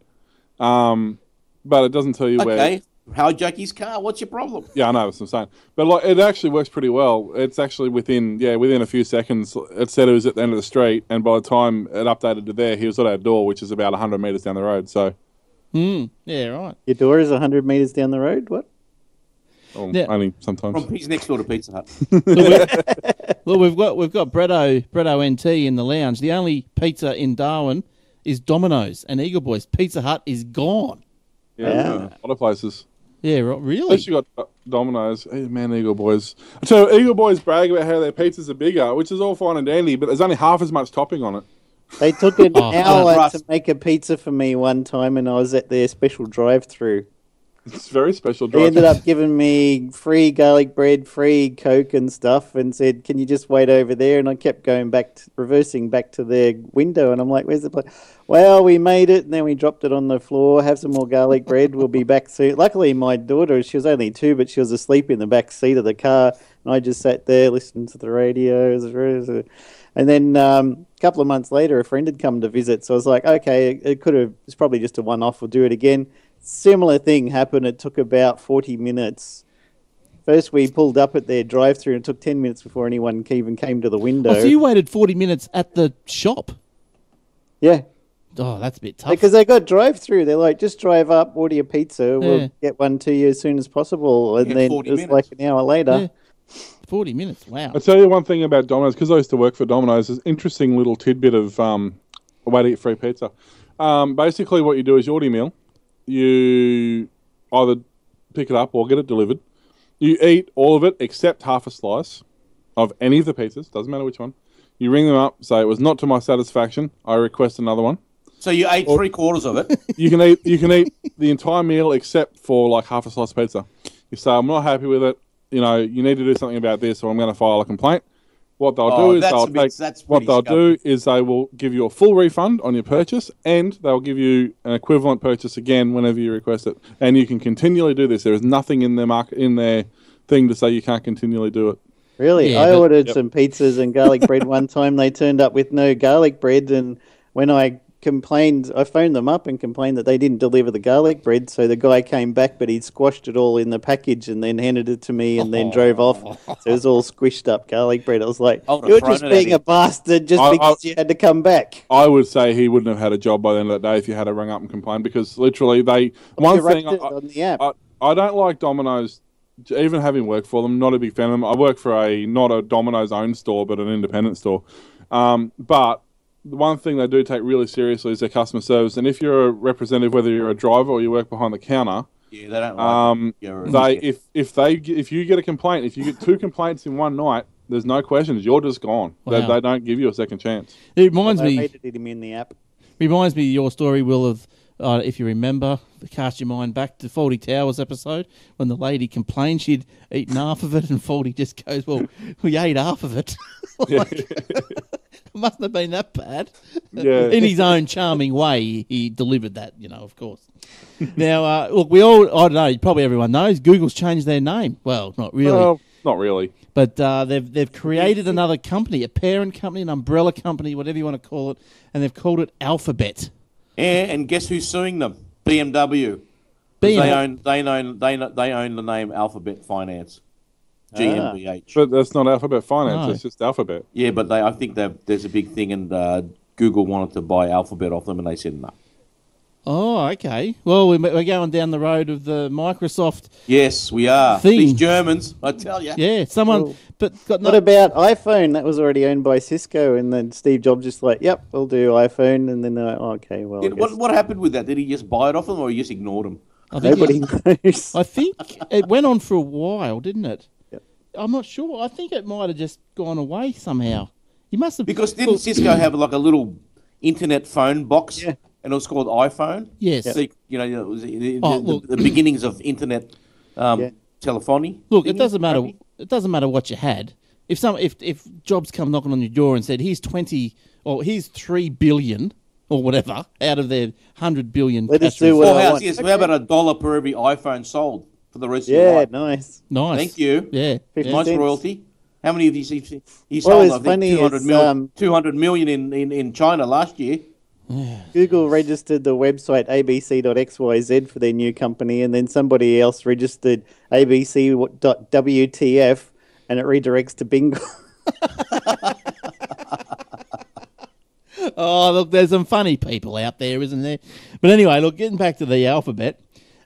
Speaker 2: um, but it doesn't tell you where.
Speaker 4: okay, how Jackie's car? What's your problem?
Speaker 2: Yeah, I know that's what I'm saying. But like, it actually works pretty well. It's actually within yeah, within a few seconds. It said it was at the end of the street, and by the time it updated to there, he was at our door, which is about 100 meters down the road. So
Speaker 1: yeah, right.
Speaker 3: Your door is 100 meters down the road. What?
Speaker 2: well,
Speaker 1: Yeah.
Speaker 2: only sometimes.
Speaker 4: From he's next door to Pizza Hut.
Speaker 1: Look, we've got we've got Bretto Bretto NT in the lounge. The only pizza in Darwin is Domino's and Eagle Boys. Pizza Hut is gone.
Speaker 2: Yeah,
Speaker 3: Yeah.
Speaker 2: a lot of places.
Speaker 1: Yeah, right, really.
Speaker 2: At least you got Domino's. Hey, man, Eagle Boys. So Eagle Boys brag about how their pizzas are bigger, which is all fine and dandy, but there's only half as much topping on it.
Speaker 3: They took an
Speaker 1: Oh,
Speaker 3: hour
Speaker 4: crust.
Speaker 3: to make a pizza for me one time, and I was at their special drive-through.
Speaker 2: It's very special.
Speaker 3: They ended
Speaker 2: drive-thru.
Speaker 3: up giving me free garlic bread, free Coke and stuff, and said, "Can you just wait over there?" And I kept going back, to, reversing back to their window, and I'm like, "Where's the place?" Well, we made it, and then we dropped it on the floor. Have some more garlic bread. We'll be back soon. Luckily, my daughter, she was only two, but she was asleep in the back seat of the car, and I just sat there listening to the radio. It was- And then um, a couple of months later, a friend had come to visit, so I was like, "Okay, it could have. It's probably just a one-off. We'll do it again." similar thing happened. It took about 40 minutes. First, we pulled up at their drive through and it took 10 minutes before anyone ca- even came to the window.
Speaker 1: Oh, so you waited forty minutes at the shop.
Speaker 3: yeah.
Speaker 1: Oh, that's a bit tough.
Speaker 3: Because they got drive through. They're like, just drive up, order your pizza. We'll
Speaker 1: Yeah.
Speaker 3: get one to you as soon as possible. And
Speaker 4: Yeah,
Speaker 3: then it
Speaker 4: 40
Speaker 3: was
Speaker 4: minutes.
Speaker 3: like an hour later.
Speaker 1: Yeah. Forty minutes. Wow.
Speaker 2: I'll tell you one thing about Domino's because I used to work for Domino's. There's an interesting little tidbit of um, a way to get free pizza. Um, basically, what you do is you order your meal, you either pick it up or get it delivered. You eat all of it except half a slice of any of the pizzas, doesn't matter which one. You ring them up, say it was not to my satisfaction. I request another one.
Speaker 4: So you
Speaker 1: Oh.
Speaker 4: ate three quarters of it.
Speaker 2: You can eat you can eat the entire meal except for like half a slice of pizza. You say I'm not happy with it. You know you need to do something about this, or I'm going to file a complaint. What they'll
Speaker 4: Oh,
Speaker 2: do is
Speaker 4: that's
Speaker 2: they'll
Speaker 4: a bit-
Speaker 2: take
Speaker 4: that's
Speaker 2: what
Speaker 4: pretty
Speaker 2: they'll
Speaker 4: scummy.
Speaker 2: do is they will give you a full refund on your purchase, and they'll give you an equivalent purchase again whenever you request it. And you can continually do this. There is nothing in their market in their thing to say you can't continually do it.
Speaker 3: Really?
Speaker 1: Yeah,
Speaker 3: I
Speaker 1: but-
Speaker 3: ordered some pizzas and garlic bread one time. They turned up with no garlic bread. And when I complained, I phoned them up and complained that they didn't deliver the garlic bread. So the guy came back, but he'd squashed it all in the package and then handed it to me and then drove off. So it was all squished up garlic bread. I was like,
Speaker 4: I would've
Speaker 3: you're
Speaker 4: thrown
Speaker 3: just
Speaker 4: it at
Speaker 3: being a
Speaker 4: him."
Speaker 3: bastard just
Speaker 2: I- I-
Speaker 3: because you had to come back.
Speaker 2: I would say he wouldn't have had a job by the end of that day if you had to ring up and complain because literally they one
Speaker 3: You wrote
Speaker 2: thing I,
Speaker 3: it on the app.
Speaker 2: I, I don't like Domino's, even having worked for them. Not a big fan of them. I work for a not a Domino's owned store, but an independent store. Um, but the one thing they do take really seriously is their customer service. And if you're a representative, whether you're a driver or you work behind the counter,
Speaker 4: Yeah, they don't like
Speaker 2: um,
Speaker 4: it. You're-
Speaker 2: they
Speaker 4: yeah.
Speaker 2: if if they g- if you get a complaint, if you get two complaints in one night, there's no questions. You're just gone. They,
Speaker 1: Wow.
Speaker 2: they don't give you a second chance.
Speaker 1: It reminds
Speaker 3: I
Speaker 1: me.
Speaker 3: hated him in the app.
Speaker 1: Reminds me of your story, Will, of uh, if you remember, cast your mind back to Faulty Towers episode when the lady complained she'd eaten half of it, and Faulty just goes, "Well, we ate half of it. like, it mustn't have been that bad."
Speaker 2: Yeah.
Speaker 1: In his own charming way, he- he delivered that. You know, of course. now, uh, look, we all—I don't know—probably everyone knows Google's changed their name. Well, not really.
Speaker 2: Well, not really.
Speaker 1: But uh, they've they've created another company, a parent company, an umbrella company, whatever you want to call it, and they've called it Alphabet.
Speaker 4: and, and guess who's suing them? BMW. 'Cause
Speaker 1: BMW.
Speaker 4: They own they own they know, they own the name Alphabet Finance,
Speaker 1: Ah.
Speaker 4: GmbH.
Speaker 2: But that's not Alphabet Finance.
Speaker 1: No.
Speaker 2: It's just Alphabet.
Speaker 4: Yeah, but they I think that there's a big thing, and uh, Google wanted to buy Alphabet off them, and they said no.
Speaker 1: Oh, okay. Well, we- we're going down the road of the Microsoft.
Speaker 4: Yes, we are
Speaker 1: Thing.
Speaker 4: these Germans. I tell you.
Speaker 1: Yeah, someone,
Speaker 3: Well,
Speaker 1: but got
Speaker 3: What
Speaker 1: no.
Speaker 3: about iPhone? That was already owned by Cisco, and then Steve Jobs just like, "Yep, we'll do iPhone," and then they're like, oh, "Okay, well, I
Speaker 4: Did- what,
Speaker 3: guess
Speaker 4: what happened with that? Did he just buy it off them, or he just ignored them?
Speaker 1: I think,
Speaker 3: nobody knows."
Speaker 1: I think it went on for a while, didn't it?
Speaker 3: Yep.
Speaker 1: I'm not sure. I think it might have just gone away somehow. You must have
Speaker 4: Because
Speaker 1: well,
Speaker 4: didn't Cisco have like a little internet phone box,
Speaker 3: Yeah.
Speaker 4: and it was called iPhone?
Speaker 1: Yes.
Speaker 4: So, you know, it was the, the-
Speaker 1: Oh,
Speaker 4: the-
Speaker 1: well-
Speaker 4: the beginnings of internet um,
Speaker 3: Yeah.
Speaker 4: telephony.
Speaker 1: look, it
Speaker 4: didn't
Speaker 1: doesn't matter.
Speaker 4: maybe?
Speaker 1: It doesn't matter what you had. If some, if if Jobs come knocking on your door and said, "Here's twenty, or here's three billion, or whatever, out of their hundred billion
Speaker 3: Let us
Speaker 1: cash
Speaker 3: do
Speaker 1: reserve."
Speaker 3: what
Speaker 4: Four
Speaker 3: I
Speaker 4: hours,
Speaker 3: want.
Speaker 4: yes. How about a dollar per every iPhone sold for the rest of your
Speaker 3: yeah,
Speaker 4: life?
Speaker 3: nice.
Speaker 1: nice.
Speaker 4: Thank you.
Speaker 1: Yeah.
Speaker 3: Fifty-
Speaker 1: yeah.
Speaker 4: Nice
Speaker 3: Cents.
Speaker 4: royalty. How many of these he, he
Speaker 3: Well,
Speaker 4: sold?
Speaker 3: it's
Speaker 4: I think
Speaker 3: funny,
Speaker 4: 200,
Speaker 3: it's,
Speaker 4: mil-
Speaker 3: um,
Speaker 4: 200 million in, in, in China last year.
Speaker 3: Google registered the website abc.xyz for their new company, and then somebody else registered abc.wtf, and it redirects to Bingo.
Speaker 1: Oh, look, there's some funny people out there, isn't there? But anyway, look, getting back to the alphabet,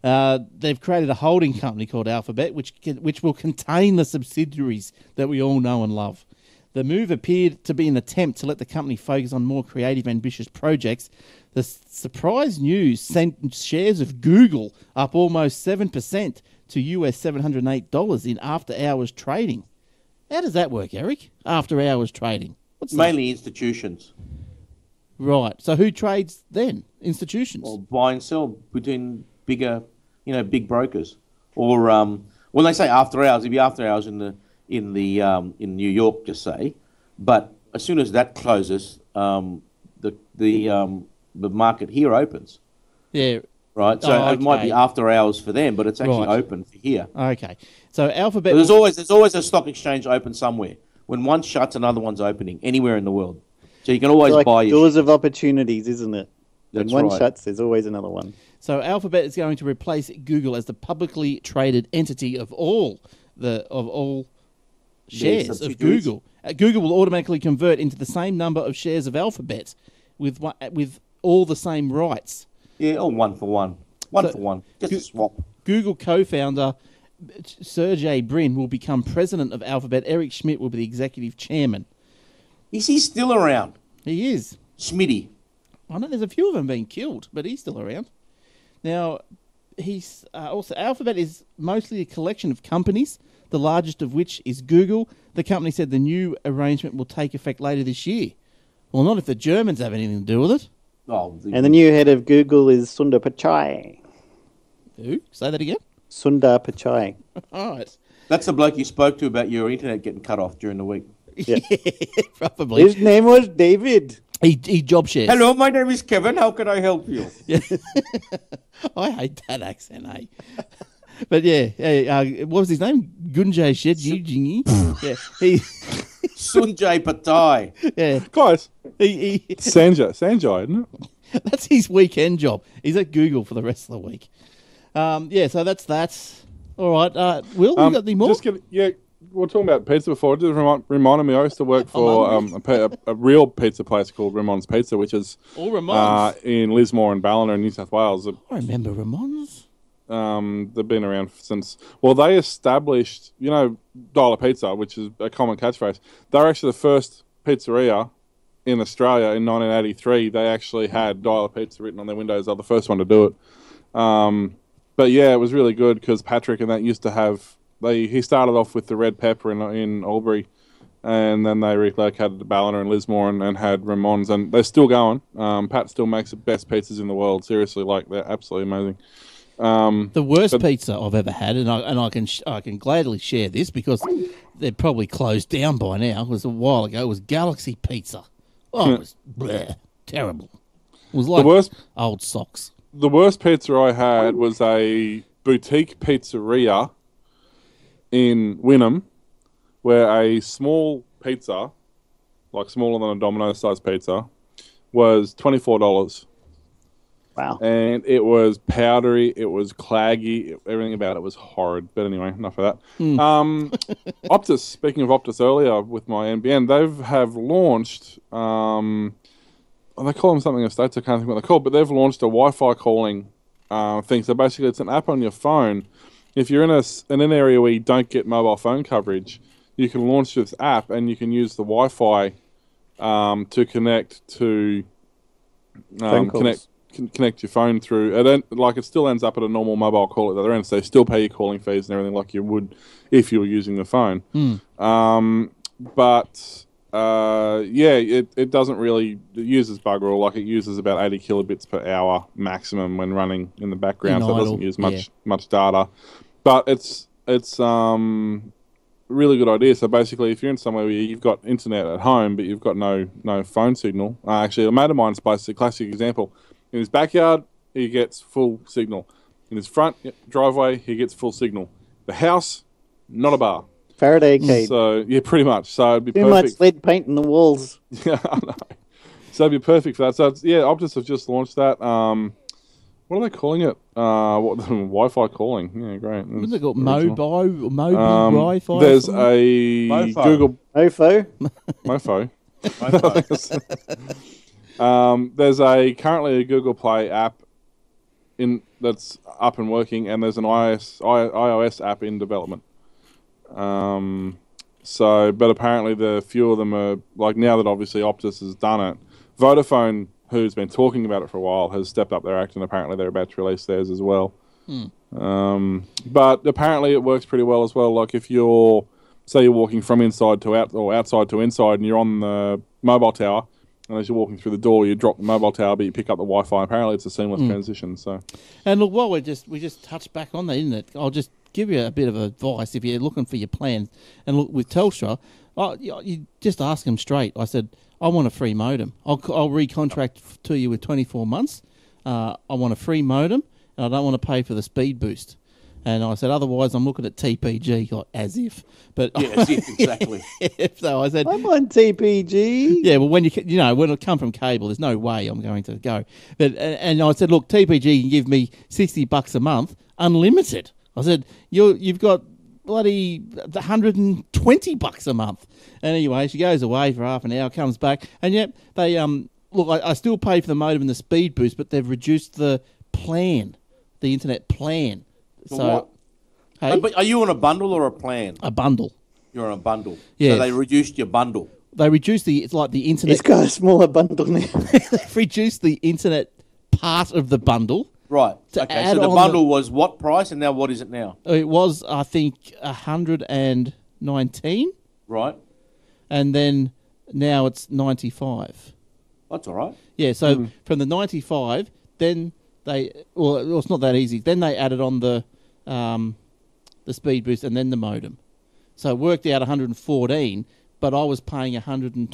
Speaker 1: uh, they've created a holding company called Alphabet, which can, which will contain the subsidiaries that we all know and love. The move appeared to be an attempt to let the company focus on more creative, ambitious projects. The s- surprise news sent shares of Google up almost seven percent to US seven hundred eight dollars in after hours trading. How does that work, Eric? After hours trading. What's that?
Speaker 4: Mainly institutions.
Speaker 1: Right. So who trades then? Institutions.
Speaker 4: or buy and sell between bigger, you know, big brokers. Or um, when they say after hours, it'd be after hours in the in the um, in New York, just say. But as soon as that closes, um, the the um, the market here opens,
Speaker 1: yeah.
Speaker 4: right? So
Speaker 1: Oh,
Speaker 4: it might be
Speaker 1: okay.
Speaker 4: after hours for them, but it's actually
Speaker 1: Right.
Speaker 4: open for here.
Speaker 1: Okay. So Alphabet.
Speaker 4: But there's always there's always a stock exchange open somewhere. When one shuts, another one's opening anywhere in the world. So you can always
Speaker 3: like
Speaker 4: buy your
Speaker 3: doors of opportunities, isn't it?
Speaker 4: That's
Speaker 3: when one
Speaker 4: right.
Speaker 3: shuts, there's always another one.
Speaker 1: so Alphabet is going to replace Google as the publicly traded entity of all the of all shares of
Speaker 4: subsidiaries.
Speaker 1: Google. Uh, Google will automatically convert into the same number of shares of Alphabet with one, uh, with all the same rights.
Speaker 4: yeah, or one for one, one
Speaker 1: So-
Speaker 4: for one, just a swap.
Speaker 1: Google co-founder Sergey Brin will become president of Alphabet. Eric Schmidt will be the executive chairman.
Speaker 4: Is he still around?
Speaker 1: He is.
Speaker 4: Schmitty.
Speaker 1: I know there's a few of them being killed, but he's still around. Now, he's uh, also Alphabet is mostly a collection of companies, the largest of which is Google. The company said the new arrangement will take effect later this year. Well, not if the Germans have anything to do with it.
Speaker 4: Oh, the,
Speaker 3: And the new head of Google is Sundar Pichai.
Speaker 1: Who? Say that again.
Speaker 3: Sundar Pichai.
Speaker 1: All right.
Speaker 4: that's the bloke you spoke to about your internet getting cut off during the week.
Speaker 1: Yeah. probably.
Speaker 3: His name was David.
Speaker 1: He, he job shares.
Speaker 4: Hello, my name is Kevin. How can I help you?
Speaker 1: I hate that accent, eh? but yeah, hey, uh, what was his name? Gunjay Shetty Jingy. yeah, he,
Speaker 4: Sunjay Patai.
Speaker 1: yeah,
Speaker 2: Guys,
Speaker 1: he, he,
Speaker 2: Sanjay, Sanjay, isn't it?
Speaker 1: that's his weekend job. He's at Google for the rest of the week. Um, yeah, so that's that. All right, uh, Will, you got any more?
Speaker 2: Um, Just get, yeah, we we're talking about pizza before. It just remind, reminded me, I used to work for um, a, pa- a, a real pizza place called Ramon's Pizza, which is
Speaker 1: All
Speaker 2: uh,
Speaker 1: Ramones.
Speaker 2: in Lismore and Ballina in New South Wales.
Speaker 1: I remember Ramones.
Speaker 2: Um, they've been around since. Well, they established, you know, dollar pizza, which is a common catchphrase. They were actually the first pizzeria in Australia in 1983. They actually had dollar pizza written on their windows. They're the first one to do it. Um, but yeah, it was really good because Patrick and that used to have. They he started off with the red pepper in in Albury, and then they relocated to Ballina and Lismore and, and had Ramon's, and they're still going. Um, Pat still makes the best pizzas in the world. Seriously, like they're absolutely amazing. Um,
Speaker 1: The worst pizza I've ever had, and I and I can sh- I can gladly share this because they're probably closed down by now. It was a while ago. It was Galaxy Pizza. Oh, it was bleh, terrible. It was like
Speaker 2: Hmm. worst-
Speaker 1: old socks.
Speaker 2: the worst pizza I had was a boutique pizzeria in Wynnum, where a small pizza, like smaller than a Domino's sized pizza, was twenty four dollars,
Speaker 3: Wow.
Speaker 2: and it was powdery, it was claggy, it- everything about it was horrid. But anyway, enough of that. Um, Optus. Speaking of Optus, earlier with my NBN, they've have launched. Um, oh, they call them something in the states. I can't think what they're called, but they've launched a Wi-Fi calling uh, thing. So basically, it's an app on your phone. If you're in a s- in an area where you don't get mobile phone coverage, you can launch this app and you can use the Wi-Fi um, to connect to
Speaker 3: Phone
Speaker 2: um,
Speaker 3: calls.
Speaker 2: connect con- connect your phone through. It en- like it still ends up at a normal mobile call at the other end, so you still pay your calling fees and everything like you would if you were using the phone. Um, but uh, yeah, it, it doesn't really it uses bugger all. Like it uses about eighty kilobits per hour maximum when running in the background,
Speaker 1: In
Speaker 2: so it
Speaker 1: idle,
Speaker 2: doesn't use much
Speaker 1: yeah.
Speaker 2: much data. But it's it's um really good idea. So basically, if you're in somewhere where you've got internet at home but you've got no no phone signal, uh, actually, a mate of mine's place, a classic example. In his backyard, he gets full signal. In his front driveway, he gets full signal. The house, not a bar.
Speaker 3: Faraday cage.
Speaker 2: So yeah, pretty much. So it'd be
Speaker 3: Too much
Speaker 2: perfect.
Speaker 3: lead paint in the walls.
Speaker 2: yeah, I know. So it'd be perfect for that. So it's, yeah, Optus have just launched that. Um, what are they calling it? Uh, what Wi-Fi calling? Yeah, great.
Speaker 1: Wasn't it called mobile, mobile
Speaker 2: Um,
Speaker 1: Wi-Fi?
Speaker 2: There's
Speaker 1: something?
Speaker 2: a
Speaker 4: Mofo.
Speaker 2: Google
Speaker 3: Ofo.
Speaker 2: Mofo. um, there's a currently a Google Play app in that's up and working, and there's an iOS I, iOS app in development. Um, so, but apparently the few of them are like now that obviously Optus has done it, Vodafone, who's been talking about it for a while, has stepped up their act, and apparently they're about to release theirs as well. Um, but apparently it works pretty well as well. Like if you're, say, you're walking from inside to out or outside to inside, and you're on the mobile tower, and as you're walking through the door, you drop the mobile tower, but you pick up the Wi-Fi. Apparently, it's a seamless
Speaker 1: Hmm.
Speaker 2: transition. So
Speaker 1: And look, while we just we just touched back on that, isn't it? I'll just give you a bit of advice if you're looking for your plans. And look, with Telstra, I, you you just ask them straight. I said, I want a free modem. I'll, c- I'll recontract f- to you with 24 months. Uh, I want a free modem, and I don't want to pay for the speed boost. And I said, otherwise, I'm looking at TPG, like, as if. But
Speaker 4: Yes, yes, exactly.
Speaker 1: so I said,
Speaker 3: I'm on TPG.
Speaker 1: yeah, well, when you ca- you know when I come from cable, there's no way I'm going to go. But and- and I said, look, TPG can give me sixty bucks a month, unlimited. I said, you you've got bloody hundred and twenty bucks a month. And anyway, she goes away for half an hour, comes back, and yep, they um look, I, I still pay for the modem and the speed boost, but they've reduced the plan, the internet plan. so,
Speaker 4: what? Uh,
Speaker 1: hey,
Speaker 4: But are you on a bundle or a plan?
Speaker 1: a bundle.
Speaker 4: You're on a bundle.
Speaker 1: Yes.
Speaker 4: So they reduced your bundle.
Speaker 1: They reduced the it's like the internet.
Speaker 3: He's got a smaller bundle now.
Speaker 1: they've reduced the internet part of the bundle.
Speaker 4: Right.
Speaker 1: To
Speaker 4: okay.
Speaker 1: add
Speaker 4: So
Speaker 1: on
Speaker 4: the
Speaker 1: the-
Speaker 4: bundle was what price and now what is it now?
Speaker 1: It was, I think, hundred and nineteen,
Speaker 4: Right.
Speaker 1: and then now it's ninety-five.
Speaker 4: That's all right.
Speaker 1: Yeah, so
Speaker 2: Hmm.
Speaker 1: from the 95, then they, well, it- well, it's not that easy. Then they added on the, um, the speed boost and then the modem. So it worked out 114, but I was paying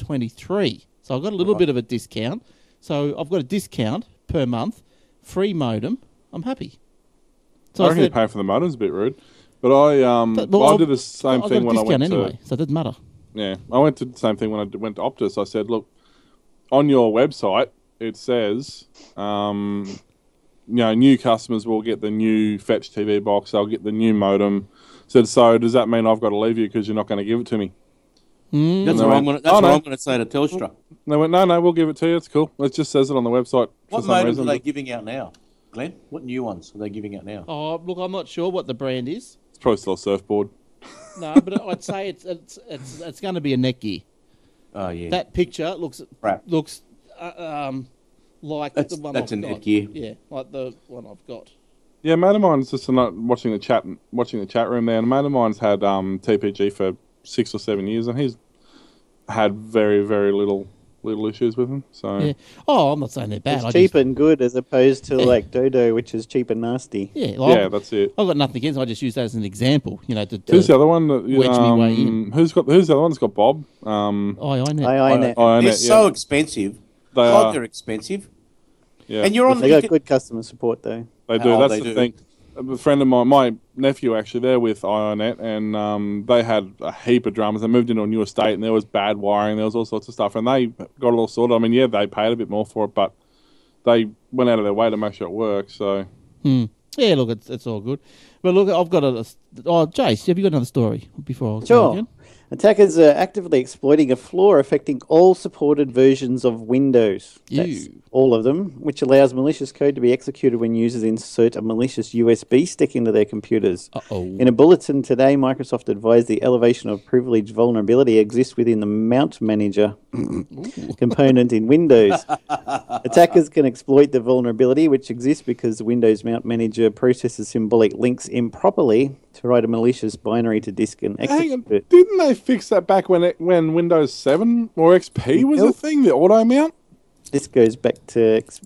Speaker 1: 123. So I got a little bit of a discount. So I've got a discount per month, free modem. I'm happy. So
Speaker 2: I
Speaker 1: I
Speaker 2: reckon you
Speaker 1: said,
Speaker 2: pay for the modem's a bit rude. But I um
Speaker 1: But-
Speaker 2: I
Speaker 1: I'll-
Speaker 2: did the same
Speaker 1: I got
Speaker 2: thing
Speaker 1: a
Speaker 2: when I
Speaker 1: discount
Speaker 2: went
Speaker 1: anyway,
Speaker 2: to
Speaker 1: so it doesn't matter.
Speaker 2: yeah I went to the same thing when I d- went to Optus. I said, look, on your website it says, um, you know, new customers will get the new Fetch TV box. They'll get the new modem. Said so. Does that mean I've got to leave you because you're not going to give it to me?
Speaker 4: That's
Speaker 2: No,
Speaker 4: what
Speaker 2: mate.
Speaker 4: I'm gonna. That's
Speaker 2: Oh,
Speaker 4: what
Speaker 2: no.
Speaker 4: I'm gonna say to Telstra.
Speaker 2: And they went, no, no, we'll give it to you. It's cool. It just says it on the website for
Speaker 4: What
Speaker 2: some
Speaker 4: modems are
Speaker 2: reason.
Speaker 4: they giving out now, Glenn? What new ones are they giving out now?
Speaker 1: Oh, look, I'm not sure what the brand is.
Speaker 2: It's probably still a surfboard.
Speaker 1: No, but I'd say it's it's it's, it's going to be a necky.
Speaker 4: Oh yeah,
Speaker 1: That picture looks
Speaker 4: Crap.
Speaker 1: looks uh, um, like
Speaker 4: That's-
Speaker 1: the one
Speaker 4: that's
Speaker 1: I've
Speaker 4: a
Speaker 1: got.
Speaker 4: Netgear.
Speaker 1: Yeah, like the one I've got.
Speaker 2: Yeah, a mate of mine's just not watching the chat watching the chat room there, and a mate of mine's had um, TPG for six or seven years, and he's had very very little little issues with him. So
Speaker 1: Yeah. Oh, I'm not saying they're bad.
Speaker 3: It's
Speaker 1: I
Speaker 3: cheap
Speaker 1: Just,
Speaker 3: and good as opposed to like Dodo, which is cheap and nasty.
Speaker 1: yeah. Well,
Speaker 2: yeah,
Speaker 1: I've,
Speaker 2: that's it.
Speaker 1: I've got nothing against. it. I just use that as an example. You know, to,
Speaker 2: Who's the
Speaker 1: to
Speaker 2: other one? That,
Speaker 1: Wedge me
Speaker 2: um,
Speaker 1: way in.
Speaker 2: Who's got who's the other one? that's got Bob. Um,
Speaker 1: I, I know.
Speaker 3: I, I know.
Speaker 2: I own
Speaker 4: they're
Speaker 2: it,
Speaker 4: so expensive.
Speaker 2: They
Speaker 4: God,
Speaker 2: are.
Speaker 4: they're expensive.
Speaker 2: yeah,
Speaker 4: And you're on.
Speaker 3: They
Speaker 4: you
Speaker 3: got
Speaker 4: can-
Speaker 3: good customer support though.
Speaker 2: They do.
Speaker 4: Oh,
Speaker 2: That's
Speaker 4: they
Speaker 2: the
Speaker 4: do.
Speaker 2: thing. A friend of mine, my nephew, actually, they're with Ionet, and um, they had a heap of dramas. They moved into a new estate, and there was bad wiring. There was all sorts of stuff, and they got it all sorted. I mean, yeah, they paid a bit more for it, but they went out of their way to make sure it worked. So
Speaker 1: Yeah, look, it's, it's all good. But look, I've got a. Oh, Jace, have you got another story before? I Go
Speaker 3: Sure.
Speaker 1: again?
Speaker 3: Attackers are actively exploiting a flaw affecting all supported versions of Windows. That's
Speaker 1: Ew.
Speaker 3: all of them, which allows malicious code to be executed when users insert a malicious USB stick into their computers.
Speaker 1: Uh-oh.
Speaker 3: In a bulletin today, Microsoft advised the elevation of privilege vulnerability exists within the Mount Manager component in Windows. Attackers can exploit the vulnerability which exists because the Windows Mount Manager processes symbolic links improperly to write a malicious binary to disk and
Speaker 2: hang on,
Speaker 3: execute it.
Speaker 2: didn't they fix that back when it, when Windows Seven or XP was a
Speaker 3: Nope.
Speaker 2: thing? The auto mount.
Speaker 3: This goes back to X-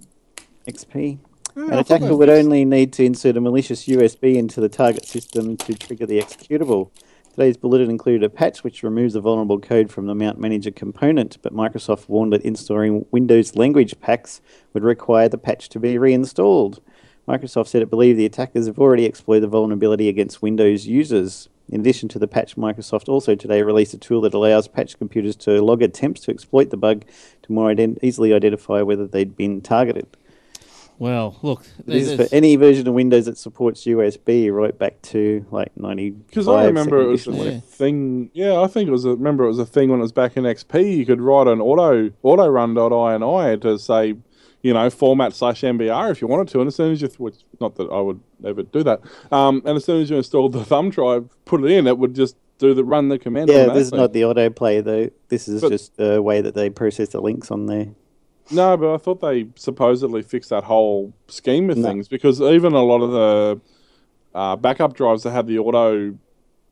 Speaker 3: XP. An
Speaker 2: I thought
Speaker 3: attacker would only need to insert a malicious USB into the target system to trigger the executable. Today's bulletin included a patch which removes the vulnerable code from the Mount Manager component, but Microsoft warned that installing Windows language packs would require the patch to be reinstalled. Microsoft said it believed the attackers have already exploited the vulnerability against Windows users. In addition to the patch, Microsoft also today released a tool that allows patch computers to log attempts to exploit the bug to more ident- easily identify whether they'd been targeted.
Speaker 1: Well, look.
Speaker 3: It is for
Speaker 1: there's-
Speaker 3: any version of Windows that supports USB, right back to like ninety.
Speaker 2: Because I remember it was a
Speaker 1: edition. Yeah.
Speaker 2: thing. Yeah, I think it was. A, remember it was a thing when it was back in XP. You could write an auto auto run dot ini to say, you know, format slash MBR if you wanted to. And as soon as you, th- which not that I would ever do that. Um, and as soon as you installed the thumb drive, put it in, it would just do the run the command.
Speaker 3: Yeah, this is
Speaker 2: automatically.
Speaker 3: not the autoplay though. This is
Speaker 2: But-
Speaker 3: just the way that they process the links on there.
Speaker 2: No, but I thought they supposedly fixed that whole scheme of
Speaker 3: No.
Speaker 2: things because even a lot of the uh, backup drives that have the auto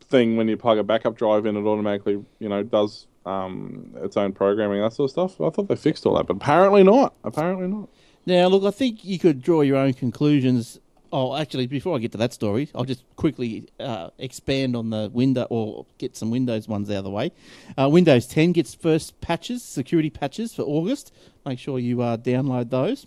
Speaker 2: thing when you plug a backup drive in, it automatically you know does um, its own programming that sort of stuff. I thought they fixed all that, but apparently not. Apparently not.
Speaker 1: Now, look, I think you could draw your own conclusions. Oh, actually, before I get to that story, I'll just quickly uh, expand on the window or get some Windows ones out of the way. Uh, Windows 10 gets first patches, security patches for August. Make sure you uh, download those.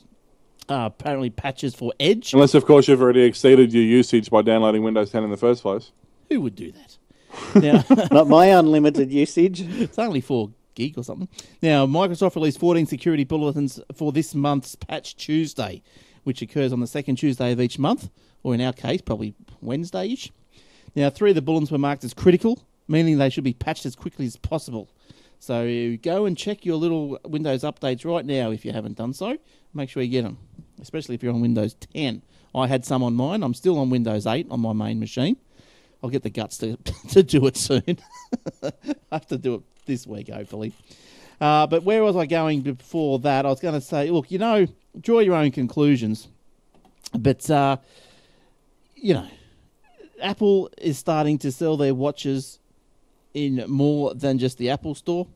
Speaker 1: Uh, apparently, patches for Edge.
Speaker 2: Unless of course you've already exceeded your usage by downloading Windows 10 in the first place.
Speaker 1: Who would do that? Now,
Speaker 3: Not my unlimited usage.
Speaker 1: it's only four gig or something. Now, Microsoft released 14 security bulletins for this month's Patch Tuesday, which occurs on the second Tuesday of each month, or in our case, probably Wednesday ish. Now, three of the bulletins were marked as critical, meaning they should be patched as quickly as possible. So go and check your little Windows updates right now if you haven't done so. Make sure you get them, especially if you're on Windows 10. I had some on mine. I'm still on Windows 8 on my main machine. I'll get the guts to, to do it soon. I have to do it this week, hopefully. Uh, but where was I going before that? I was going to say, look, you know, draw your own conclusions. But, uh, you know, Apple is starting to sell their watches in more than just the Apple Store.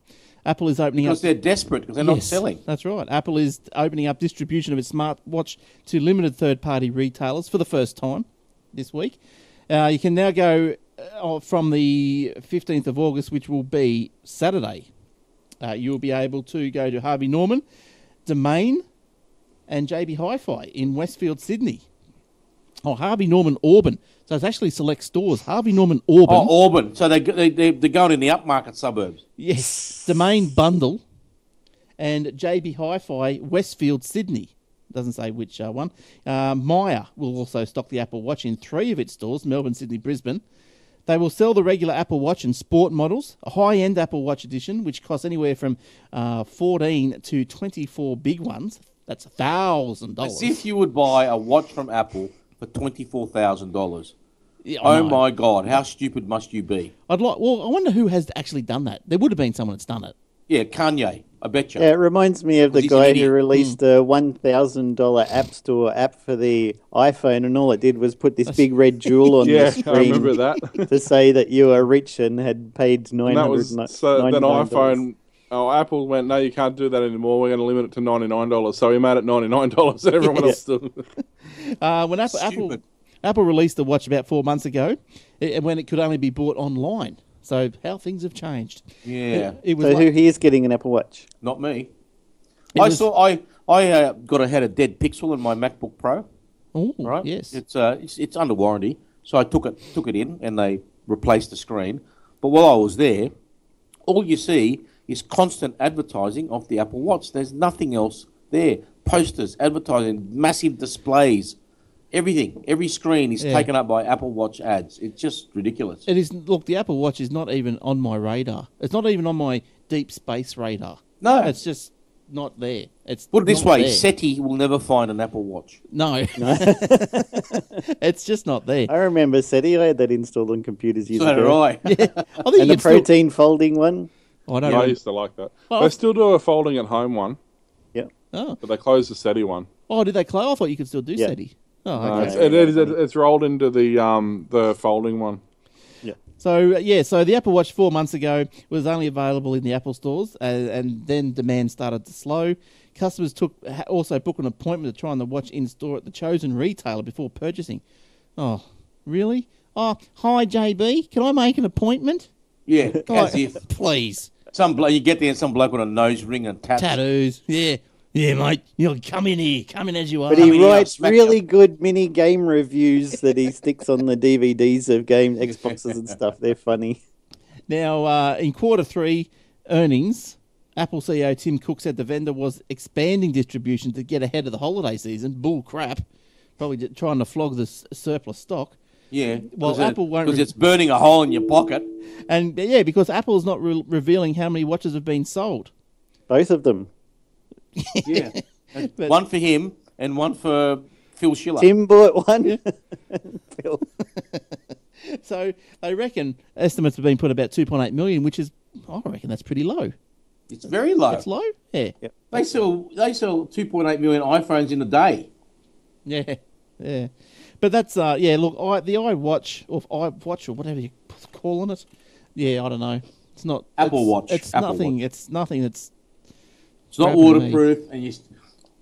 Speaker 1: Apple is opening
Speaker 4: Because
Speaker 1: up.
Speaker 4: they're desperate because they're not
Speaker 1: Yes,
Speaker 4: selling.
Speaker 1: That's right. Apple is opening up distribution of its smartwatch to limited third-party retailers for the first time this week. Uh, you can now go uh, from the 15th of August, which will be Saturday. Uh, you will be able to go to Harvey Norman, Domain, and JB Hi-Fi in Westfield, Sydney. Oh, Harvey Norman Auburn. So it's actually select stores. Harvey Norman Auburn. Oh,
Speaker 4: Oh, Auburn. So they, they, they, they're going in the upmarket suburbs.
Speaker 1: Yes, Domain Bundle and JB Hi-Fi Westfield Sydney. Doesn't say which uh, one. Uh, Maya will also stock the Apple Watch in three of its stores: Melbourne, Sydney, Brisbane. They will sell the regular Apple Watch and sport models, a high-end Apple Watch edition, which costs anywhere from uh, fourteen to twenty-four big ones. That's a thousand
Speaker 4: As
Speaker 1: dollars.
Speaker 4: if you would buy a watch from Apple for $24,000. Oh my God, how stupid must you be?
Speaker 1: I'd like. Well, I wonder who has actually done that. There would have been someone that's done it.
Speaker 4: Yeah, Kanye, I bet you.
Speaker 3: Yeah, it reminds me of the
Speaker 4: He's an
Speaker 3: guy who
Speaker 4: idiot.
Speaker 3: released the one thousand dollar app store app for the iPhone, and all it did was put this big red jewel on
Speaker 2: Yeah,
Speaker 3: the
Speaker 2: I remember
Speaker 3: screen
Speaker 2: that.
Speaker 3: to say that you are rich and had paid nine
Speaker 2: and that
Speaker 3: hundred.
Speaker 2: was so then iPhone oh Apple went, No, you can't do that anymore, we're gonna limit it to ninety nine dollars. So he made it ninety nine dollars and everyone else still
Speaker 1: Uh, when Apple, Apple
Speaker 4: Stupid.
Speaker 1: Apple released the watch about four months ago, i- when it could only be bought online. So how things have changed.
Speaker 4: Yeah.
Speaker 1: it, it was.
Speaker 3: So
Speaker 1: like-
Speaker 3: who here is getting an Apple Watch?
Speaker 4: Not me.
Speaker 1: It
Speaker 4: I
Speaker 1: was-
Speaker 4: saw. I I uh, got a, had a dead pixel in my MacBook Pro.
Speaker 1: Ooh,
Speaker 4: Right.
Speaker 1: oh, Yes.
Speaker 4: It's uh it's, it's under warranty, so I took it took it in and they replaced the screen. But while I was there, all you see is constant advertising of the Apple Watch. There's nothing else there. Posters, advertising, massive displays, everything. Every screen is
Speaker 1: Yeah.
Speaker 4: taken up by Apple Watch ads. It's just ridiculous.
Speaker 1: It is. Look, the Apple Watch is not even on my radar. It's not even on my deep space radar.
Speaker 4: No.
Speaker 1: It's just not there. It's
Speaker 4: Put it this
Speaker 1: not
Speaker 4: way,
Speaker 1: there.
Speaker 4: SETI will never find an Apple Watch.
Speaker 1: No. it's just not there.
Speaker 3: I remember SETI. I had that installed on computers years
Speaker 4: So did
Speaker 3: ago.
Speaker 4: I.
Speaker 1: I think you
Speaker 3: And the
Speaker 1: can still-
Speaker 3: protein folding one.
Speaker 1: Oh, I don't
Speaker 2: I
Speaker 1: know.
Speaker 2: used to like that.
Speaker 1: Well,
Speaker 2: they still do a folding at home one,
Speaker 3: Yeah.
Speaker 1: Oh.
Speaker 2: but they closed the SETI one.
Speaker 1: oh, did they close? I thought you could still do
Speaker 3: Yeah.
Speaker 1: SETI. Oh, okay.
Speaker 2: Uh, it's,
Speaker 3: yeah,
Speaker 2: it is- it- it's rolled into the um the folding one.
Speaker 1: So uh, yeah, so the Apple Watch four months ago was only available in the Apple stores, uh, and then demand started to slow. Customers took ha- also booked an appointment to try on the watch in store at the chosen retailer before purchasing. Oh, really? Oh, hi JB, can I make an appointment?
Speaker 4: Yeah, as
Speaker 1: Like,
Speaker 4: if.
Speaker 1: please.
Speaker 4: Some blo- you get there and some bloke with a nose ring and tats.
Speaker 1: Tattoos, yeah, yeah, mate. You know, come in here, come in as you are.
Speaker 3: But
Speaker 4: mean,
Speaker 3: he
Speaker 4: yeah,
Speaker 3: writes
Speaker 4: smack
Speaker 3: really good mini game reviews that he sticks on the DVDs of game Xboxes and stuff. They're funny.
Speaker 1: Now, uh, in quarter three earnings, Apple CEO Tim Cook said the vendor was expanding distribution to get ahead of the holiday season. Bull crap. Probably just trying to flog this surplus stock.
Speaker 4: Yeah.
Speaker 1: Well, Apple won't
Speaker 4: Because
Speaker 1: re-
Speaker 4: it's burning a hole in your pocket.
Speaker 1: And yeah, because Apple's not re- revealing how many watches have been sold.
Speaker 3: Both of them.
Speaker 4: Yeah.
Speaker 1: But-
Speaker 4: one for him and one for Phil Schiller.
Speaker 3: Tim bought one. Phil.
Speaker 1: So they reckon estimates have been put about 2.8 million, which is, I reckon that's pretty low.
Speaker 4: It's very low.
Speaker 1: That's low? Yeah.
Speaker 4: They sell they sell 2.8 million iPhones in a day.
Speaker 1: Yeah, yeah. But that's uh, yeah. Look, I the iWatch or iWatch or whatever you're calling it. Yeah, I don't know. It's not
Speaker 4: Apple
Speaker 1: it's-
Speaker 4: Watch,
Speaker 1: It's
Speaker 4: Apple
Speaker 1: nothing. It's nothing. It's
Speaker 4: It's not
Speaker 1: Grabbing me.
Speaker 4: waterproof, and you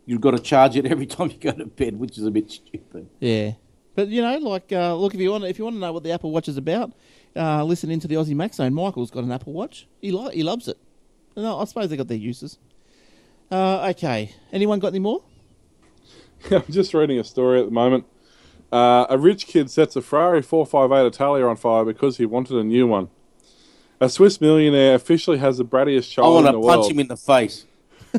Speaker 4: you've got to charge it every time you go to bed, which is a bit stupid.
Speaker 1: yeah. But you know, like uh, look, if you want, if you want to know what the Apple Watch is about, uh, listen into the Aussie Max Zone. Michael's got an Apple Watch. He li- he loves it. No, I suppose they got their uses. Uh, okay. Anyone got any more?
Speaker 2: I'm just reading a story at the moment. Uh, a rich kid sets a Ferrari 458 Italia on fire because he wanted a new one. A Swiss millionaire officially has the brattiest
Speaker 4: I
Speaker 2: child
Speaker 4: want
Speaker 2: in
Speaker 4: to
Speaker 2: the
Speaker 4: punch
Speaker 2: world.
Speaker 4: him in the face.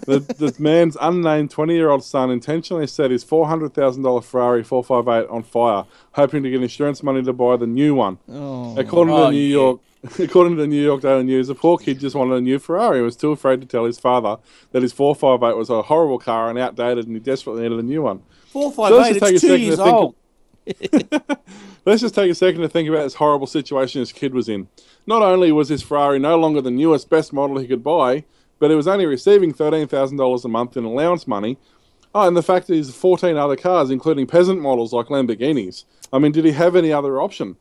Speaker 2: the, the man's unnamed 20 year old son intentionally set his $400,000 Ferrari 458 on fire, hoping to get insurance money to buy the new one.
Speaker 1: Oh,
Speaker 2: According to
Speaker 4: Oh,
Speaker 2: the New
Speaker 4: yeah.
Speaker 2: York, according to the New York Daily News, the poor kid just wanted a new Ferrari and was too afraid to tell his father that his 458 was a horrible car and outdated, and he desperately needed a new one.
Speaker 4: Four
Speaker 2: Those
Speaker 4: five
Speaker 2: just
Speaker 4: eight.
Speaker 2: take a
Speaker 4: It's two
Speaker 2: second to
Speaker 4: years
Speaker 2: think-
Speaker 4: old.
Speaker 2: Let's just take a second to think about this horrible situation this kid was in. Not only was his Ferrari no longer the newest, best model he could buy, but he was only receiving $13,000 a month in allowance money. Oh, and the fact that he's 14 other cars, including peasant models like Lamborghinis. I mean, did he have any other option?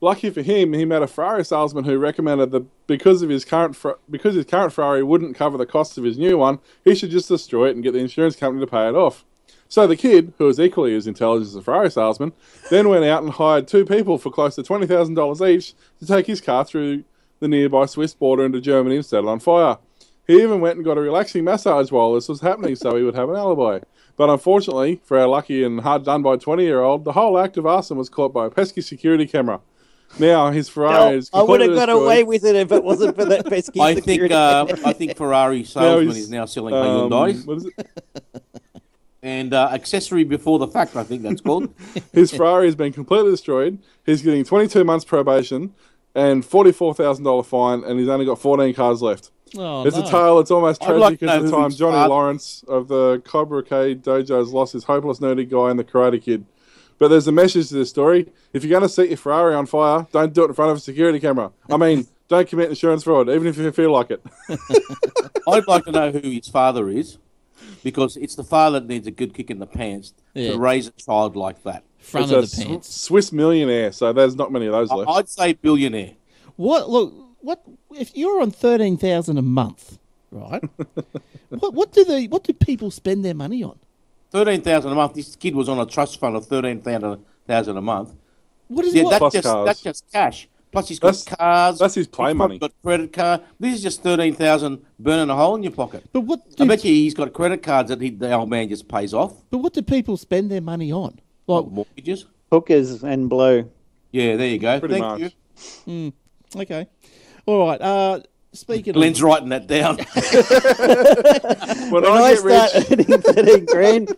Speaker 2: lucky for him, he met a Ferrari salesman who recommended that because of his current Fer- because his current Ferrari wouldn't cover the costs of his new one, he should just destroy it and get the insurance company to pay it off. So the kid, who was equally as intelligent as the Ferrari salesman, then went out and hired two people for close to twenty thousand dollars each to take his car through the nearby Swiss border into Germany and set it on fire. He even went and got a relaxing massage while this was happening so he would have an alibi. But unfortunately, for our lucky and hard done by 20 year old, the whole act of arson was caught by a pesky security camera. Now his Ferrari is
Speaker 3: I would have
Speaker 2: completely
Speaker 3: got
Speaker 2: destroyed.
Speaker 3: away with it if it wasn't for that pesky
Speaker 4: I think
Speaker 3: security.
Speaker 4: uh, I think Ferrari salesman is now selling
Speaker 2: Um,
Speaker 4: Hyundai's
Speaker 2: what is it?
Speaker 4: and uh, accessory before the fact. I think that's called.
Speaker 2: His Ferrari has been completely destroyed. He's getting 22 months probation and $44,000 fine, and he's only got 14 cars left.
Speaker 1: Oh,
Speaker 2: It's
Speaker 1: no.
Speaker 2: a tale that's almost
Speaker 4: I'd
Speaker 2: tragic
Speaker 4: like to
Speaker 2: as
Speaker 4: know
Speaker 2: the
Speaker 4: who
Speaker 2: time
Speaker 4: his
Speaker 2: Johnny
Speaker 4: father-
Speaker 2: Lawrence of the Cobra K Dojo's lost his hopeless nerdy guy in the Karate Kid. But there's a message to this story. If you're going to set your Ferrari on fire, don't do it in front of a security camera. I mean, don't commit insurance fraud, even if you feel like it.
Speaker 4: I'd like to know who his father is, because it's the father that needs a good kick in the pants
Speaker 1: Yeah.
Speaker 4: to raise a child like that.
Speaker 1: Front
Speaker 2: a
Speaker 1: of the
Speaker 2: Sw-
Speaker 1: pants.
Speaker 2: Swiss millionaire, so there's not many of those left.
Speaker 4: I- I'd say billionaire.
Speaker 1: What look? What if you're on thirteen thousand a month, right? what what do they? What do people spend their money on?
Speaker 4: Thirteen thousand a month. This kid was on a trust fund of thirteen thousand a month.
Speaker 1: What is
Speaker 4: Yeah,
Speaker 1: what?
Speaker 4: that's
Speaker 2: Plus
Speaker 4: just
Speaker 2: cars.
Speaker 4: that's just cash. Plus he's got
Speaker 2: That's-
Speaker 4: cars.
Speaker 2: that's his play
Speaker 4: he's
Speaker 2: money.
Speaker 4: Got credit card. This is just thirteen thousand burning a hole in your pocket.
Speaker 1: but what?
Speaker 4: I
Speaker 1: Do,
Speaker 4: bet you he's got credit cards that he, the old man just pays off.
Speaker 1: but what do people spend their money on? Like,
Speaker 4: Mortgages.
Speaker 3: hookers and blow.
Speaker 4: Yeah, there you go.
Speaker 2: Pretty
Speaker 4: Thank
Speaker 2: much.
Speaker 4: you.
Speaker 1: okay, all right. Uh, speaking of,
Speaker 4: Glenn's writing that down.
Speaker 2: When,
Speaker 3: When
Speaker 2: I,
Speaker 3: I
Speaker 2: get rich,
Speaker 3: start earning 13 grand,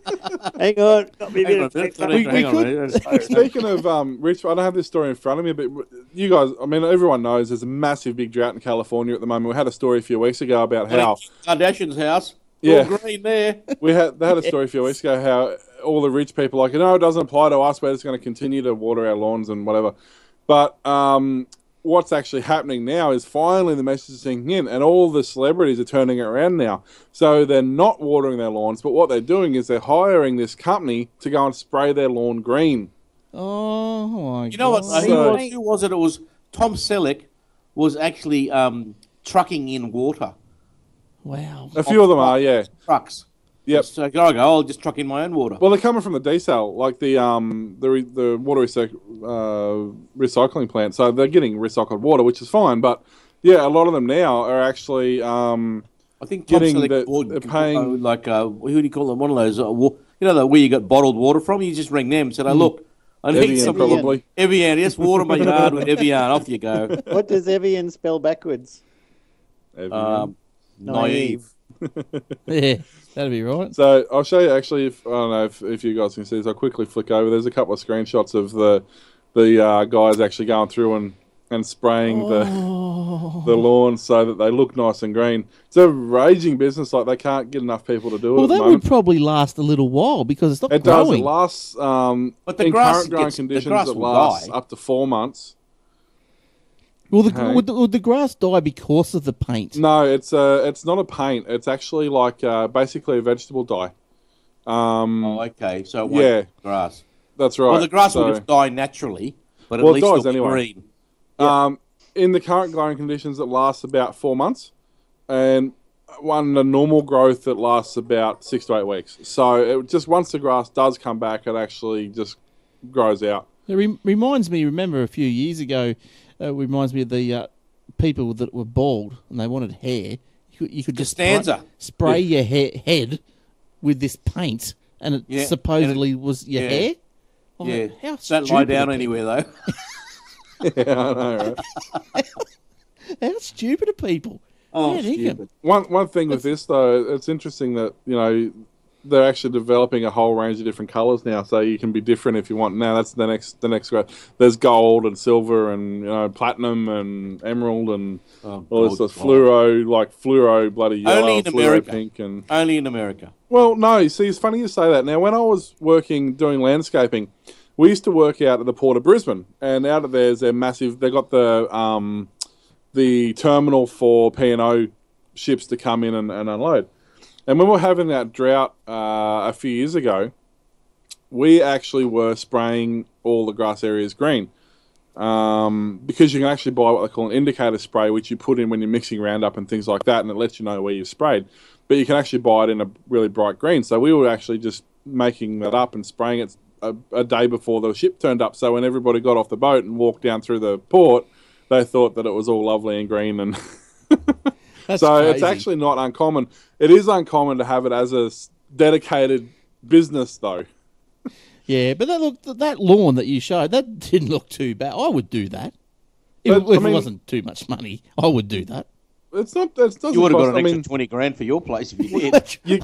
Speaker 3: hang on, got me a
Speaker 4: Hang
Speaker 3: bit
Speaker 4: on,
Speaker 3: of paper.
Speaker 4: we,
Speaker 1: we could-
Speaker 2: Speaking of um, rich, I don't have this story in front of me, but you guys, I mean, everyone knows there's a massive big drought in California at the moment. We had a story a few weeks ago about how
Speaker 4: Kardashian's house.
Speaker 2: Yeah.
Speaker 4: All green there.
Speaker 2: we had they had a story a few weeks ago how all the rich people are like, no, it doesn't apply to us. We're just going to continue to water our lawns and whatever. But um, what's actually happening now is finally the message is sinking in, and all the celebrities are turning it around now. So they're not watering their lawns, but what they're doing is they're hiring this company to go and spray their lawn green.
Speaker 1: oh my
Speaker 4: You know what?
Speaker 1: God.
Speaker 4: Who, was, who was it? It was Tom Selleck was actually um, trucking in water.
Speaker 1: Wow.
Speaker 2: A few of them are, yeah.
Speaker 4: Trucks.
Speaker 2: Yep.
Speaker 4: So I go, I'll just truck in my own water.
Speaker 2: Well, they're coming from the desal, like the um the re- the water recyc- uh, recycling plant. So they're getting recycled water, which is fine. But yeah, a lot of them now are actually um
Speaker 4: I think Tom
Speaker 2: getting
Speaker 4: Selleck
Speaker 2: the-
Speaker 4: bought-
Speaker 2: they're paying-
Speaker 4: uh, like uh, who do you call them? One of those, uh, wa- you know, the, where you got bottled water from. You just ring them and said, "Hey, look, I need
Speaker 2: Hmm. Evian,
Speaker 4: some
Speaker 2: probably.
Speaker 4: Evian, yes, water my yard with Evian. Off you go."
Speaker 3: What does Evian spell backwards?
Speaker 4: Um, naive.
Speaker 1: Yeah, that'd be right.
Speaker 2: So I'll show you actually. If I don't know if, if you guys can see this, I'll quickly flick over. There's a couple of screenshots of the the uh, guys actually going through and and spraying
Speaker 1: Oh.
Speaker 2: the the lawn so that they look nice and green. It's a raging business. Like they can't get enough people to do it.
Speaker 1: Well,
Speaker 2: at the
Speaker 1: that would
Speaker 2: moment.
Speaker 1: probably last a little while because it's not
Speaker 2: It does.
Speaker 1: growing.
Speaker 2: It lasts. Um,
Speaker 4: But the
Speaker 2: in
Speaker 4: grass
Speaker 2: current growing
Speaker 4: gets- the
Speaker 2: conditions,
Speaker 4: grass
Speaker 2: it
Speaker 4: will
Speaker 2: lasts
Speaker 4: die.
Speaker 2: up to four months.
Speaker 1: Will the,
Speaker 2: Okay.
Speaker 1: would, the, would the grass die because of the paint?
Speaker 2: No, it's a. It's not a paint. It's actually like uh, basically a vegetable dye. Um,
Speaker 4: Oh, okay. So it won't
Speaker 2: Yeah.
Speaker 4: be grass.
Speaker 2: that's right.
Speaker 4: Well, the grass
Speaker 2: so-
Speaker 4: will just die naturally, but at
Speaker 2: Well, it
Speaker 4: least
Speaker 2: dies
Speaker 4: it'll be
Speaker 2: anyway.
Speaker 4: green.
Speaker 2: Um, in the current growing conditions, it lasts about four months, and one the normal growth it lasts about six to eight weeks. So it just once the grass does come back, it actually just grows out.
Speaker 1: It rem- reminds me, remember a few years ago, uh, reminds me of the uh, people that were bald and they wanted hair. You could, you could just spray,
Speaker 4: Costanza.
Speaker 1: spray your he- head with this paint and it
Speaker 4: Yeah, and it-
Speaker 1: supposedly was your
Speaker 4: yeah.
Speaker 1: hair. I'm
Speaker 4: Yeah.
Speaker 1: like, How
Speaker 4: Don't
Speaker 1: stupid,
Speaker 4: lie down anywhere though.
Speaker 2: yeah, I know, right?
Speaker 1: How stupid are people?
Speaker 4: Oh,
Speaker 1: Yeah, they can-
Speaker 4: stupid.
Speaker 2: One one thing with this though, it's interesting that you know they're actually developing a whole range of different colors now, so you can be different if you want. Now that's the next the next growth. There's gold and silver and you know platinum and emerald and
Speaker 4: Oh,
Speaker 2: all this
Speaker 4: God.
Speaker 2: stuff. Fluoro like fluoro bloody yellow,
Speaker 4: Only in
Speaker 2: fluoro
Speaker 4: America.
Speaker 2: pink and
Speaker 4: Only in America.
Speaker 2: well, no. See, it's funny you say that. Now, when I was working doing landscaping, we used to work out at the port of Brisbane, and out of there's their massive. They got the um, the terminal for P and O ships to come in and, and unload. And when we were having that drought uh, a few years ago, we actually were spraying all the grass areas green um, because you can actually buy what they call an indicator spray, which you put in when you're mixing Roundup and things like that, and it lets you know where you've sprayed. But you can actually buy it in a really bright green. So we were actually just making that up and spraying it a, a day before the ship turned up. So when everybody got off the boat and walked down through the port, they thought that it was all lovely and green and
Speaker 1: That's
Speaker 2: so it's
Speaker 1: crazy.
Speaker 2: actually not uncommon. It is uncommon to have it as a s- dedicated business, though.
Speaker 1: Yeah, but that look that lawn that you showed that didn't look too bad. I would do that. If,
Speaker 2: But, I
Speaker 1: if
Speaker 2: mean-
Speaker 1: it wasn't too much money, I would do that.
Speaker 2: It's not. It doesn't
Speaker 4: You would have got
Speaker 2: cost-
Speaker 4: an
Speaker 2: I
Speaker 4: extra
Speaker 2: mean,
Speaker 4: twenty grand for your place if you did.
Speaker 2: you,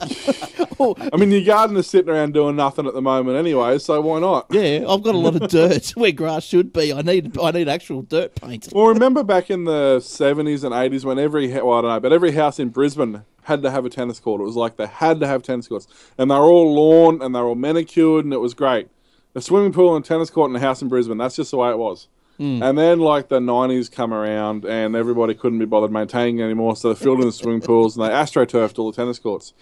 Speaker 2: oh, I mean, your gardener's sitting around doing nothing at the moment anyway, so why not?
Speaker 1: Yeah, I've got a lot of dirt where grass should be. I need I need actual dirt paint.
Speaker 2: Well, remember back in the 70s and 80s when every, he- well, I don't know, but every house in Brisbane had to have a tennis court. It was like they had to have tennis courts. And they were all lawn and they were all manicured and it was great. A swimming pool and tennis court and a house in Brisbane. That's just the way it was. And then, like, the 90s come around and everybody couldn't be bothered maintaining it anymore. So they filled in the swimming pools and they astroturfed all the tennis courts.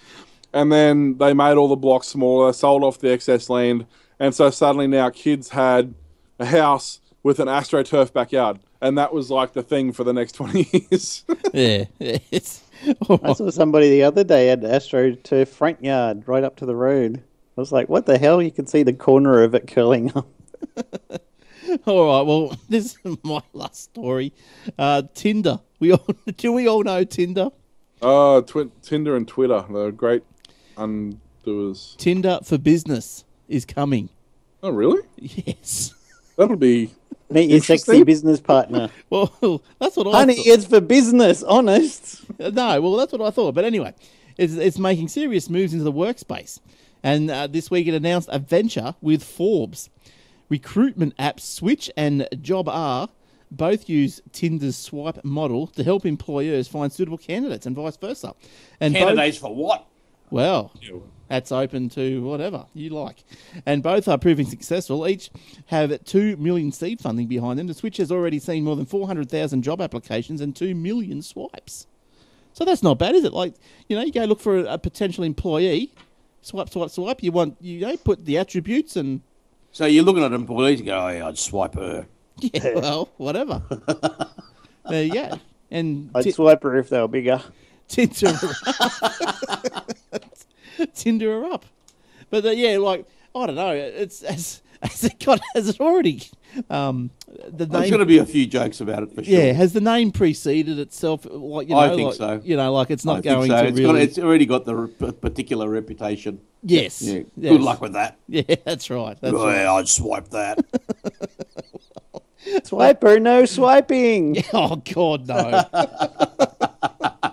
Speaker 2: and then they made all the blocks smaller, sold off the excess land, and so suddenly now kids had a house with an astroturf backyard, and that was like the thing for the next twenty years.
Speaker 1: Yeah, yeah, it's
Speaker 3: I saw somebody the other day had Astro to front yard right up to the road. I was like, what the hell? You can see the corner of it curling up.
Speaker 1: All right. Well, this is my last story. Uh, Tinder. We all do. We all know Tinder.
Speaker 2: oh, twi- Tinder and Twitter, the great undoers.
Speaker 1: Tinder for business is coming.
Speaker 2: Oh, really?
Speaker 1: Yes.
Speaker 2: That'll be
Speaker 3: Meet your sexy
Speaker 2: Interesting.
Speaker 3: business partner.
Speaker 1: Well, that's what I.
Speaker 3: Honey,
Speaker 1: thought.
Speaker 3: it's for business, honest.
Speaker 1: No, well, that's what I thought. But anyway, it's, it's making serious moves into the workspace. And uh, this week it announced a venture with Forbes. Recruitment apps Switch and Job R both use Tinder's swipe model to help employers find suitable candidates and vice versa. And both-
Speaker 4: Candidates for what?
Speaker 1: well, that's open to whatever you like. And both are proving successful. Each have 2 million seed funding behind them. The Switch has already seen more than 400,000 job applications and 2 million swipes. So that's not bad, is it? Like, you know, you go look for a, a potential employee, swipe, swipe, swipe. You want, you know, put the attributes and,
Speaker 4: So you're looking at employees and go, oh, yeah, I'd swipe her.
Speaker 1: yeah, well, whatever. there you go. And
Speaker 3: I'd
Speaker 1: ti-
Speaker 3: swipe her if they were bigger.
Speaker 1: Tinder her up. Tinder her up. But uh, yeah, like I don't know. It's as has it got has it already um the
Speaker 4: There's
Speaker 1: name
Speaker 4: going to be a few jokes about it for sure.
Speaker 1: yeah has the name preceded itself like you know
Speaker 4: I think
Speaker 1: like,
Speaker 4: so.
Speaker 1: you know like it's
Speaker 4: I
Speaker 1: not
Speaker 4: think
Speaker 1: going
Speaker 4: so.
Speaker 1: to
Speaker 4: It's
Speaker 1: really
Speaker 4: got- it's already got the re- particular reputation.
Speaker 1: yes
Speaker 4: Yeah.
Speaker 1: yes.
Speaker 4: Good luck with that.
Speaker 1: yeah that's right that's
Speaker 4: oh,
Speaker 1: right
Speaker 4: yeah, I'd swipe that.
Speaker 3: Swipe her, no swiping.
Speaker 1: oh god no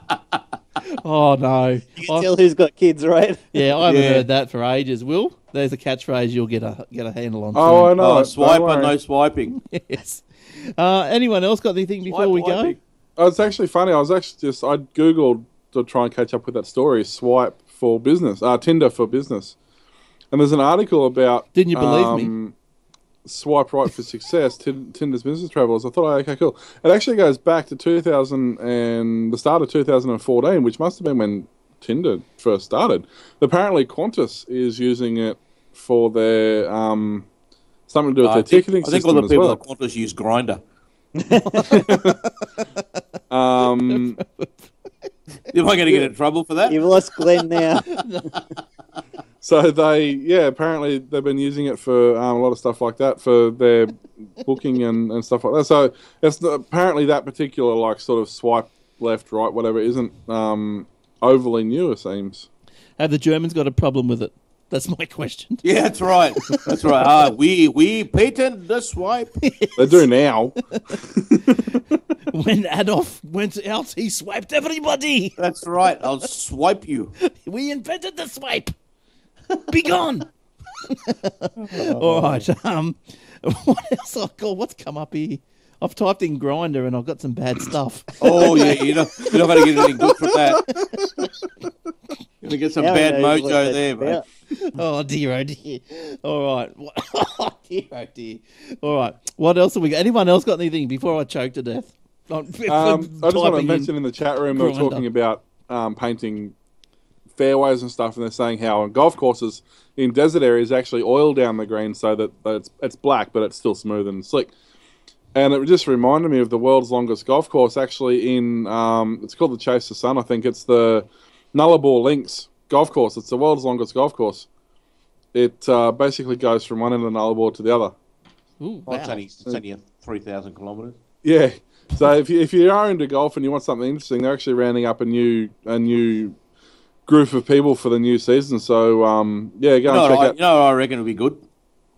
Speaker 1: oh no
Speaker 3: You
Speaker 1: I-
Speaker 3: can tell who's got kids, right?
Speaker 1: yeah I haven't
Speaker 4: Yeah.
Speaker 1: heard that for ages Will there's a catchphrase you'll get a get a handle on soon.
Speaker 2: oh, I know.
Speaker 4: oh,
Speaker 2: don't
Speaker 4: swipe or
Speaker 2: worry.
Speaker 4: no swiping.
Speaker 1: Yes. Uh, anyone else got anything before
Speaker 4: Swipe,
Speaker 1: we go?
Speaker 4: swiping.
Speaker 2: Oh, it's actually funny. I was actually just I googled to try and catch up with that story. Swipe for business, uh, Tinder for business, and there's an article about. um,
Speaker 1: Didn't you believe me?
Speaker 2: Swipe right for success. Tin- Tinder's business travels. I thought, oh, okay, cool. It actually goes back to 2000 and the start of 2014, which must have been when Tinder first started. Apparently, Qantas is using it for their um, something to do with
Speaker 4: Uh, I
Speaker 2: their
Speaker 4: think,
Speaker 2: ticketing
Speaker 4: I think all
Speaker 2: system
Speaker 4: the
Speaker 2: as
Speaker 4: people
Speaker 2: well.
Speaker 4: at Qantas use Grinder.
Speaker 2: Um,
Speaker 4: Am I going to get in trouble for that?
Speaker 3: You've lost Glenn now.
Speaker 2: So they, yeah, apparently they've been using it for um, a lot of stuff like that for their booking and, and stuff like that. So it's not, apparently that particular like sort of swipe left, right, whatever, isn't um, overly new. It seems.
Speaker 1: Have the Germans got a problem with it? That's my question.
Speaker 4: Yeah, that's right. That's right. Ah, we we patent the swipe.
Speaker 2: They do now.
Speaker 1: when Adolf went out, he swiped everybody.
Speaker 4: That's right. I'll swipe you.
Speaker 1: We invented the swipe. Be gone. All right. Um, what else? Oh God, what's come up here? I've typed in grinder and I've got some bad stuff.
Speaker 4: Oh yeah, you know you're not going to get anything good from that. You're going to get some
Speaker 3: Now he
Speaker 4: bad
Speaker 3: knows what
Speaker 4: mojo
Speaker 3: that's
Speaker 4: there, mate.
Speaker 3: about.
Speaker 1: Oh dear, oh dear. All right. Oh dear, oh dear. All right. What else have we got? Anyone else got anything before I choke to death? Um,
Speaker 2: Um, I just want to mention in the chat room we were
Speaker 1: Grinder.
Speaker 2: talking about um, painting fairways and stuff, and they're saying how on golf courses in desert areas actually oil down the green so that that it's, it's black but it's still smooth and slick. and it just reminded me of the world's longest golf course, actually in um, it's called the Chase the Sun. I think it's the Nullarbor Links golf course. It's the world's longest golf course. It uh, basically goes from one end of Nullarbor to the other.
Speaker 1: Ooh,
Speaker 4: Oh, it's
Speaker 1: wow.
Speaker 4: only, it's only a 3,000 kilometres.
Speaker 2: Yeah. So if you if you are into golf and you want something interesting, they're actually rounding up a new a new group of people for the new season. So um, yeah, go
Speaker 4: You know,
Speaker 2: and
Speaker 4: what
Speaker 2: check
Speaker 4: I,
Speaker 2: out.
Speaker 4: you know what I reckon would be good?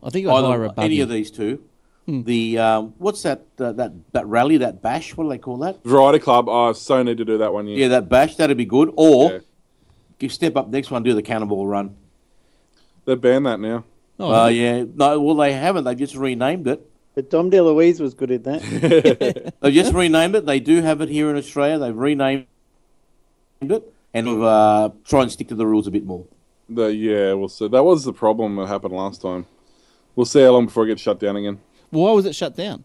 Speaker 1: I think I'll hire
Speaker 4: Either
Speaker 1: a
Speaker 4: any
Speaker 1: buggy.
Speaker 4: of these two. The um, what's that, uh, that that rally that bash? What do they call that?
Speaker 2: Variety Club. I so need to do that one year.
Speaker 4: Yeah, that bash that'd be good. Or
Speaker 2: Yeah.
Speaker 4: you step up next one, do the cannonball run.
Speaker 2: They banned that now.
Speaker 1: Oh,
Speaker 4: Oh yeah, no, well they haven't. They've just renamed it.
Speaker 3: But Dom DeLuise was good at that.
Speaker 4: They've just Uh, renamed it. They do have it here in Australia. They've renamed it and we've uh, try and stick to the rules a bit more.
Speaker 2: The, yeah, we'll see. That was the problem that happened last time. We'll see how long before it gets shut down again.
Speaker 4: Uh,
Speaker 1: why was it shut down?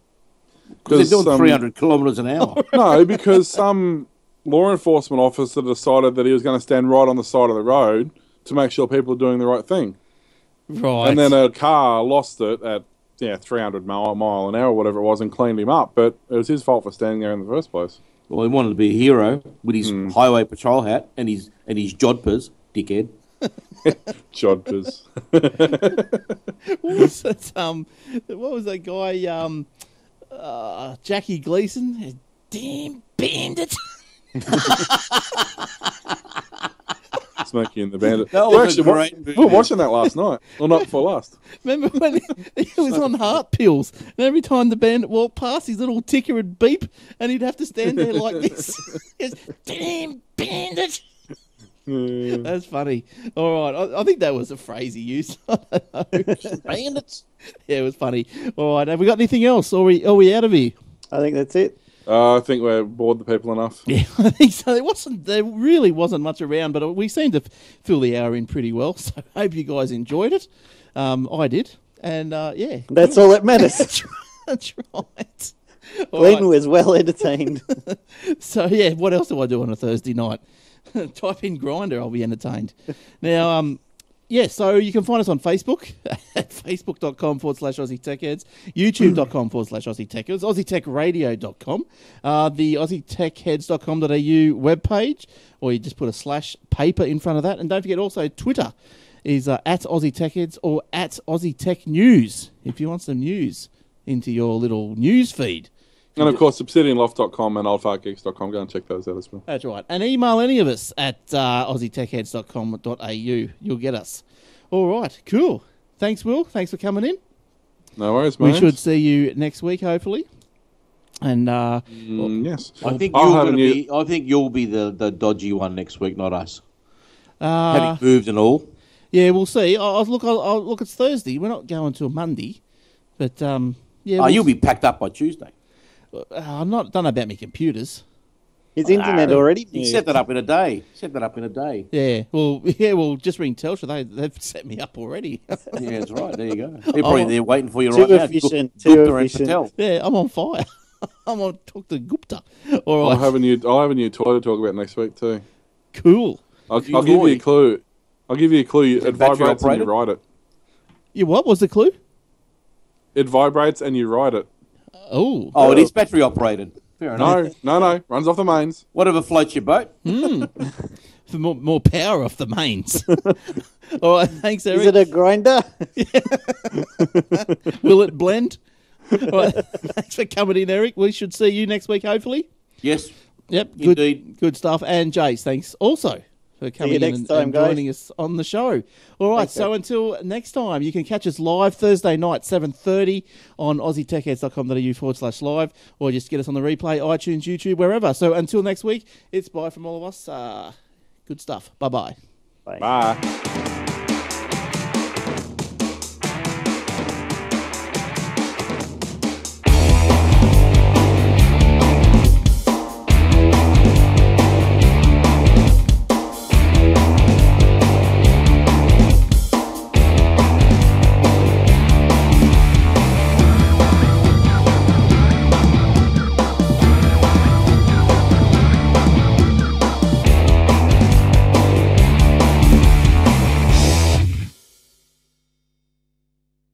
Speaker 2: 'Cause,
Speaker 4: Because they're doing
Speaker 2: um,
Speaker 4: 300 kilometres an hour.
Speaker 2: No, because some law enforcement officer decided that he was going to stand right on the side of the road to make sure people are doing the right thing.
Speaker 1: Right.
Speaker 2: And then uh, a car lost it at yeah 300 mile, mile an hour, or whatever it was, and cleaned him up. But it was his fault for standing there in the first place.
Speaker 4: well, he wanted to be a hero with his highway patrol hat and his and his jodhpurs, dickhead.
Speaker 2: Jodpers.
Speaker 1: what was that, um, what was that guy? Um, uh, Jackie Gleason, damn bandit.
Speaker 2: Smokey and the Bandit.
Speaker 4: That
Speaker 2: We're
Speaker 4: was a
Speaker 2: wa-
Speaker 4: great
Speaker 2: we were
Speaker 4: movie.
Speaker 2: watching that last night. Well, not for last.
Speaker 1: Remember when he, he was on heart pills, and every time the bandit walked past, his little ticker would beep, and he'd have to stand there like this. Yes, damn bandit. That's funny. All right, I, I think that was a phrase he used. I don't know.
Speaker 4: Bandits.
Speaker 1: yeah, it was funny. All right, have we got anything else? Or are we, are we out of here?
Speaker 3: I think that's it.
Speaker 2: Uh, I think we're bored the people enough.
Speaker 1: Yeah, I think so. There wasn't, there really wasn't much around, but we seemed to f- fill the hour in pretty well. So I hope you guys enjoyed it. Um, I did, and uh, yeah,
Speaker 3: That's all that matters.
Speaker 1: that's, that's right. All
Speaker 3: Glenn
Speaker 1: right.
Speaker 3: was well entertained.
Speaker 1: So yeah, what else do I do on a Thursday night? Type in grinder, I'll be entertained. now, um, yeah, so you can find us on Facebook at facebook.com forward slash Aussie Tech Heads, youtube.com forward slash Aussie Tech Heads, aussietechradio.com, uh, the aussietechheads.com.au webpage, or you just put a slash paper in front of that. And don't forget also Twitter is uh, at Aussie Tech Heads or at Aussie Tech News if you want some news into your little news feed.
Speaker 2: And of course, obsidianloft.com and oldfartgeeks.com. Go and check those out as well.
Speaker 1: That's right. And email any of us at uh, aussietechheads.com.au. You'll get us. All right. Cool. Thanks, Will. Thanks for coming in.
Speaker 2: No worries,
Speaker 1: We
Speaker 2: mate.
Speaker 1: should see you next week, hopefully. And uh,
Speaker 2: Mm, yes.
Speaker 4: I think
Speaker 2: I'll
Speaker 4: you're
Speaker 2: have
Speaker 4: going to
Speaker 2: a new-
Speaker 4: be. I think you'll be the, the dodgy one next week, not us.
Speaker 1: uh,
Speaker 4: Having moved and all.
Speaker 1: yeah, we'll see. I, I look, I, I look, it's Thursday. We're not going till Monday, but um, yeah,
Speaker 4: Oh,
Speaker 1: we'll-
Speaker 4: you'll be packed up by Tuesday.
Speaker 1: uh, I'm not done about my computers.
Speaker 3: His internet already
Speaker 4: You
Speaker 3: moved.
Speaker 4: set that up in a day. Set that up in a day.
Speaker 1: Yeah, well, yeah, well, just ring Telstra. They they've set me up already.
Speaker 4: Yeah, that's right. There you go. They're probably there waiting for you
Speaker 3: Too
Speaker 4: right now.
Speaker 3: efficient,
Speaker 4: Gupta
Speaker 3: too
Speaker 4: and
Speaker 3: efficient.
Speaker 4: Patel.
Speaker 1: yeah, I'm on fire. I'm on talk to Gupta.
Speaker 4: Oh,
Speaker 1: All
Speaker 2: I'll
Speaker 1: right,
Speaker 2: have a new. I'll have a new toy to talk about next week too.
Speaker 1: cool.
Speaker 2: I'll,
Speaker 4: You
Speaker 2: I'll give you
Speaker 4: naughty.
Speaker 2: a clue. I'll give you a clue. It
Speaker 4: battery
Speaker 2: vibrates and you
Speaker 4: operated?
Speaker 2: ride it.
Speaker 1: You what was the clue?
Speaker 2: It vibrates and you ride it.
Speaker 1: Oh,
Speaker 4: Oh, it is battery operated. Fair enough.
Speaker 2: No, no, no. Runs off the mains.
Speaker 4: Whatever floats your boat.
Speaker 1: for more, more power off the mains. All right, thanks, Eric.
Speaker 3: Is it a grinder?
Speaker 1: Will it blend? All right, thanks for coming in, Eric. We should see you next week, hopefully.
Speaker 4: Yes.
Speaker 1: Yep, good,
Speaker 4: Indeed.
Speaker 1: good stuff. And Jace, thanks also for coming in
Speaker 3: next
Speaker 1: and,
Speaker 3: time,
Speaker 1: and
Speaker 3: guys.
Speaker 1: joining us on the show. All right, so until next time, you can catch us live Thursday night, seven thirty on aussietechheads.com.au forward slash live, or just get us on the replay, iTunes, YouTube, wherever. So until next week, it's bye from all of us. Uh, good stuff. Bye bye.
Speaker 2: Bye.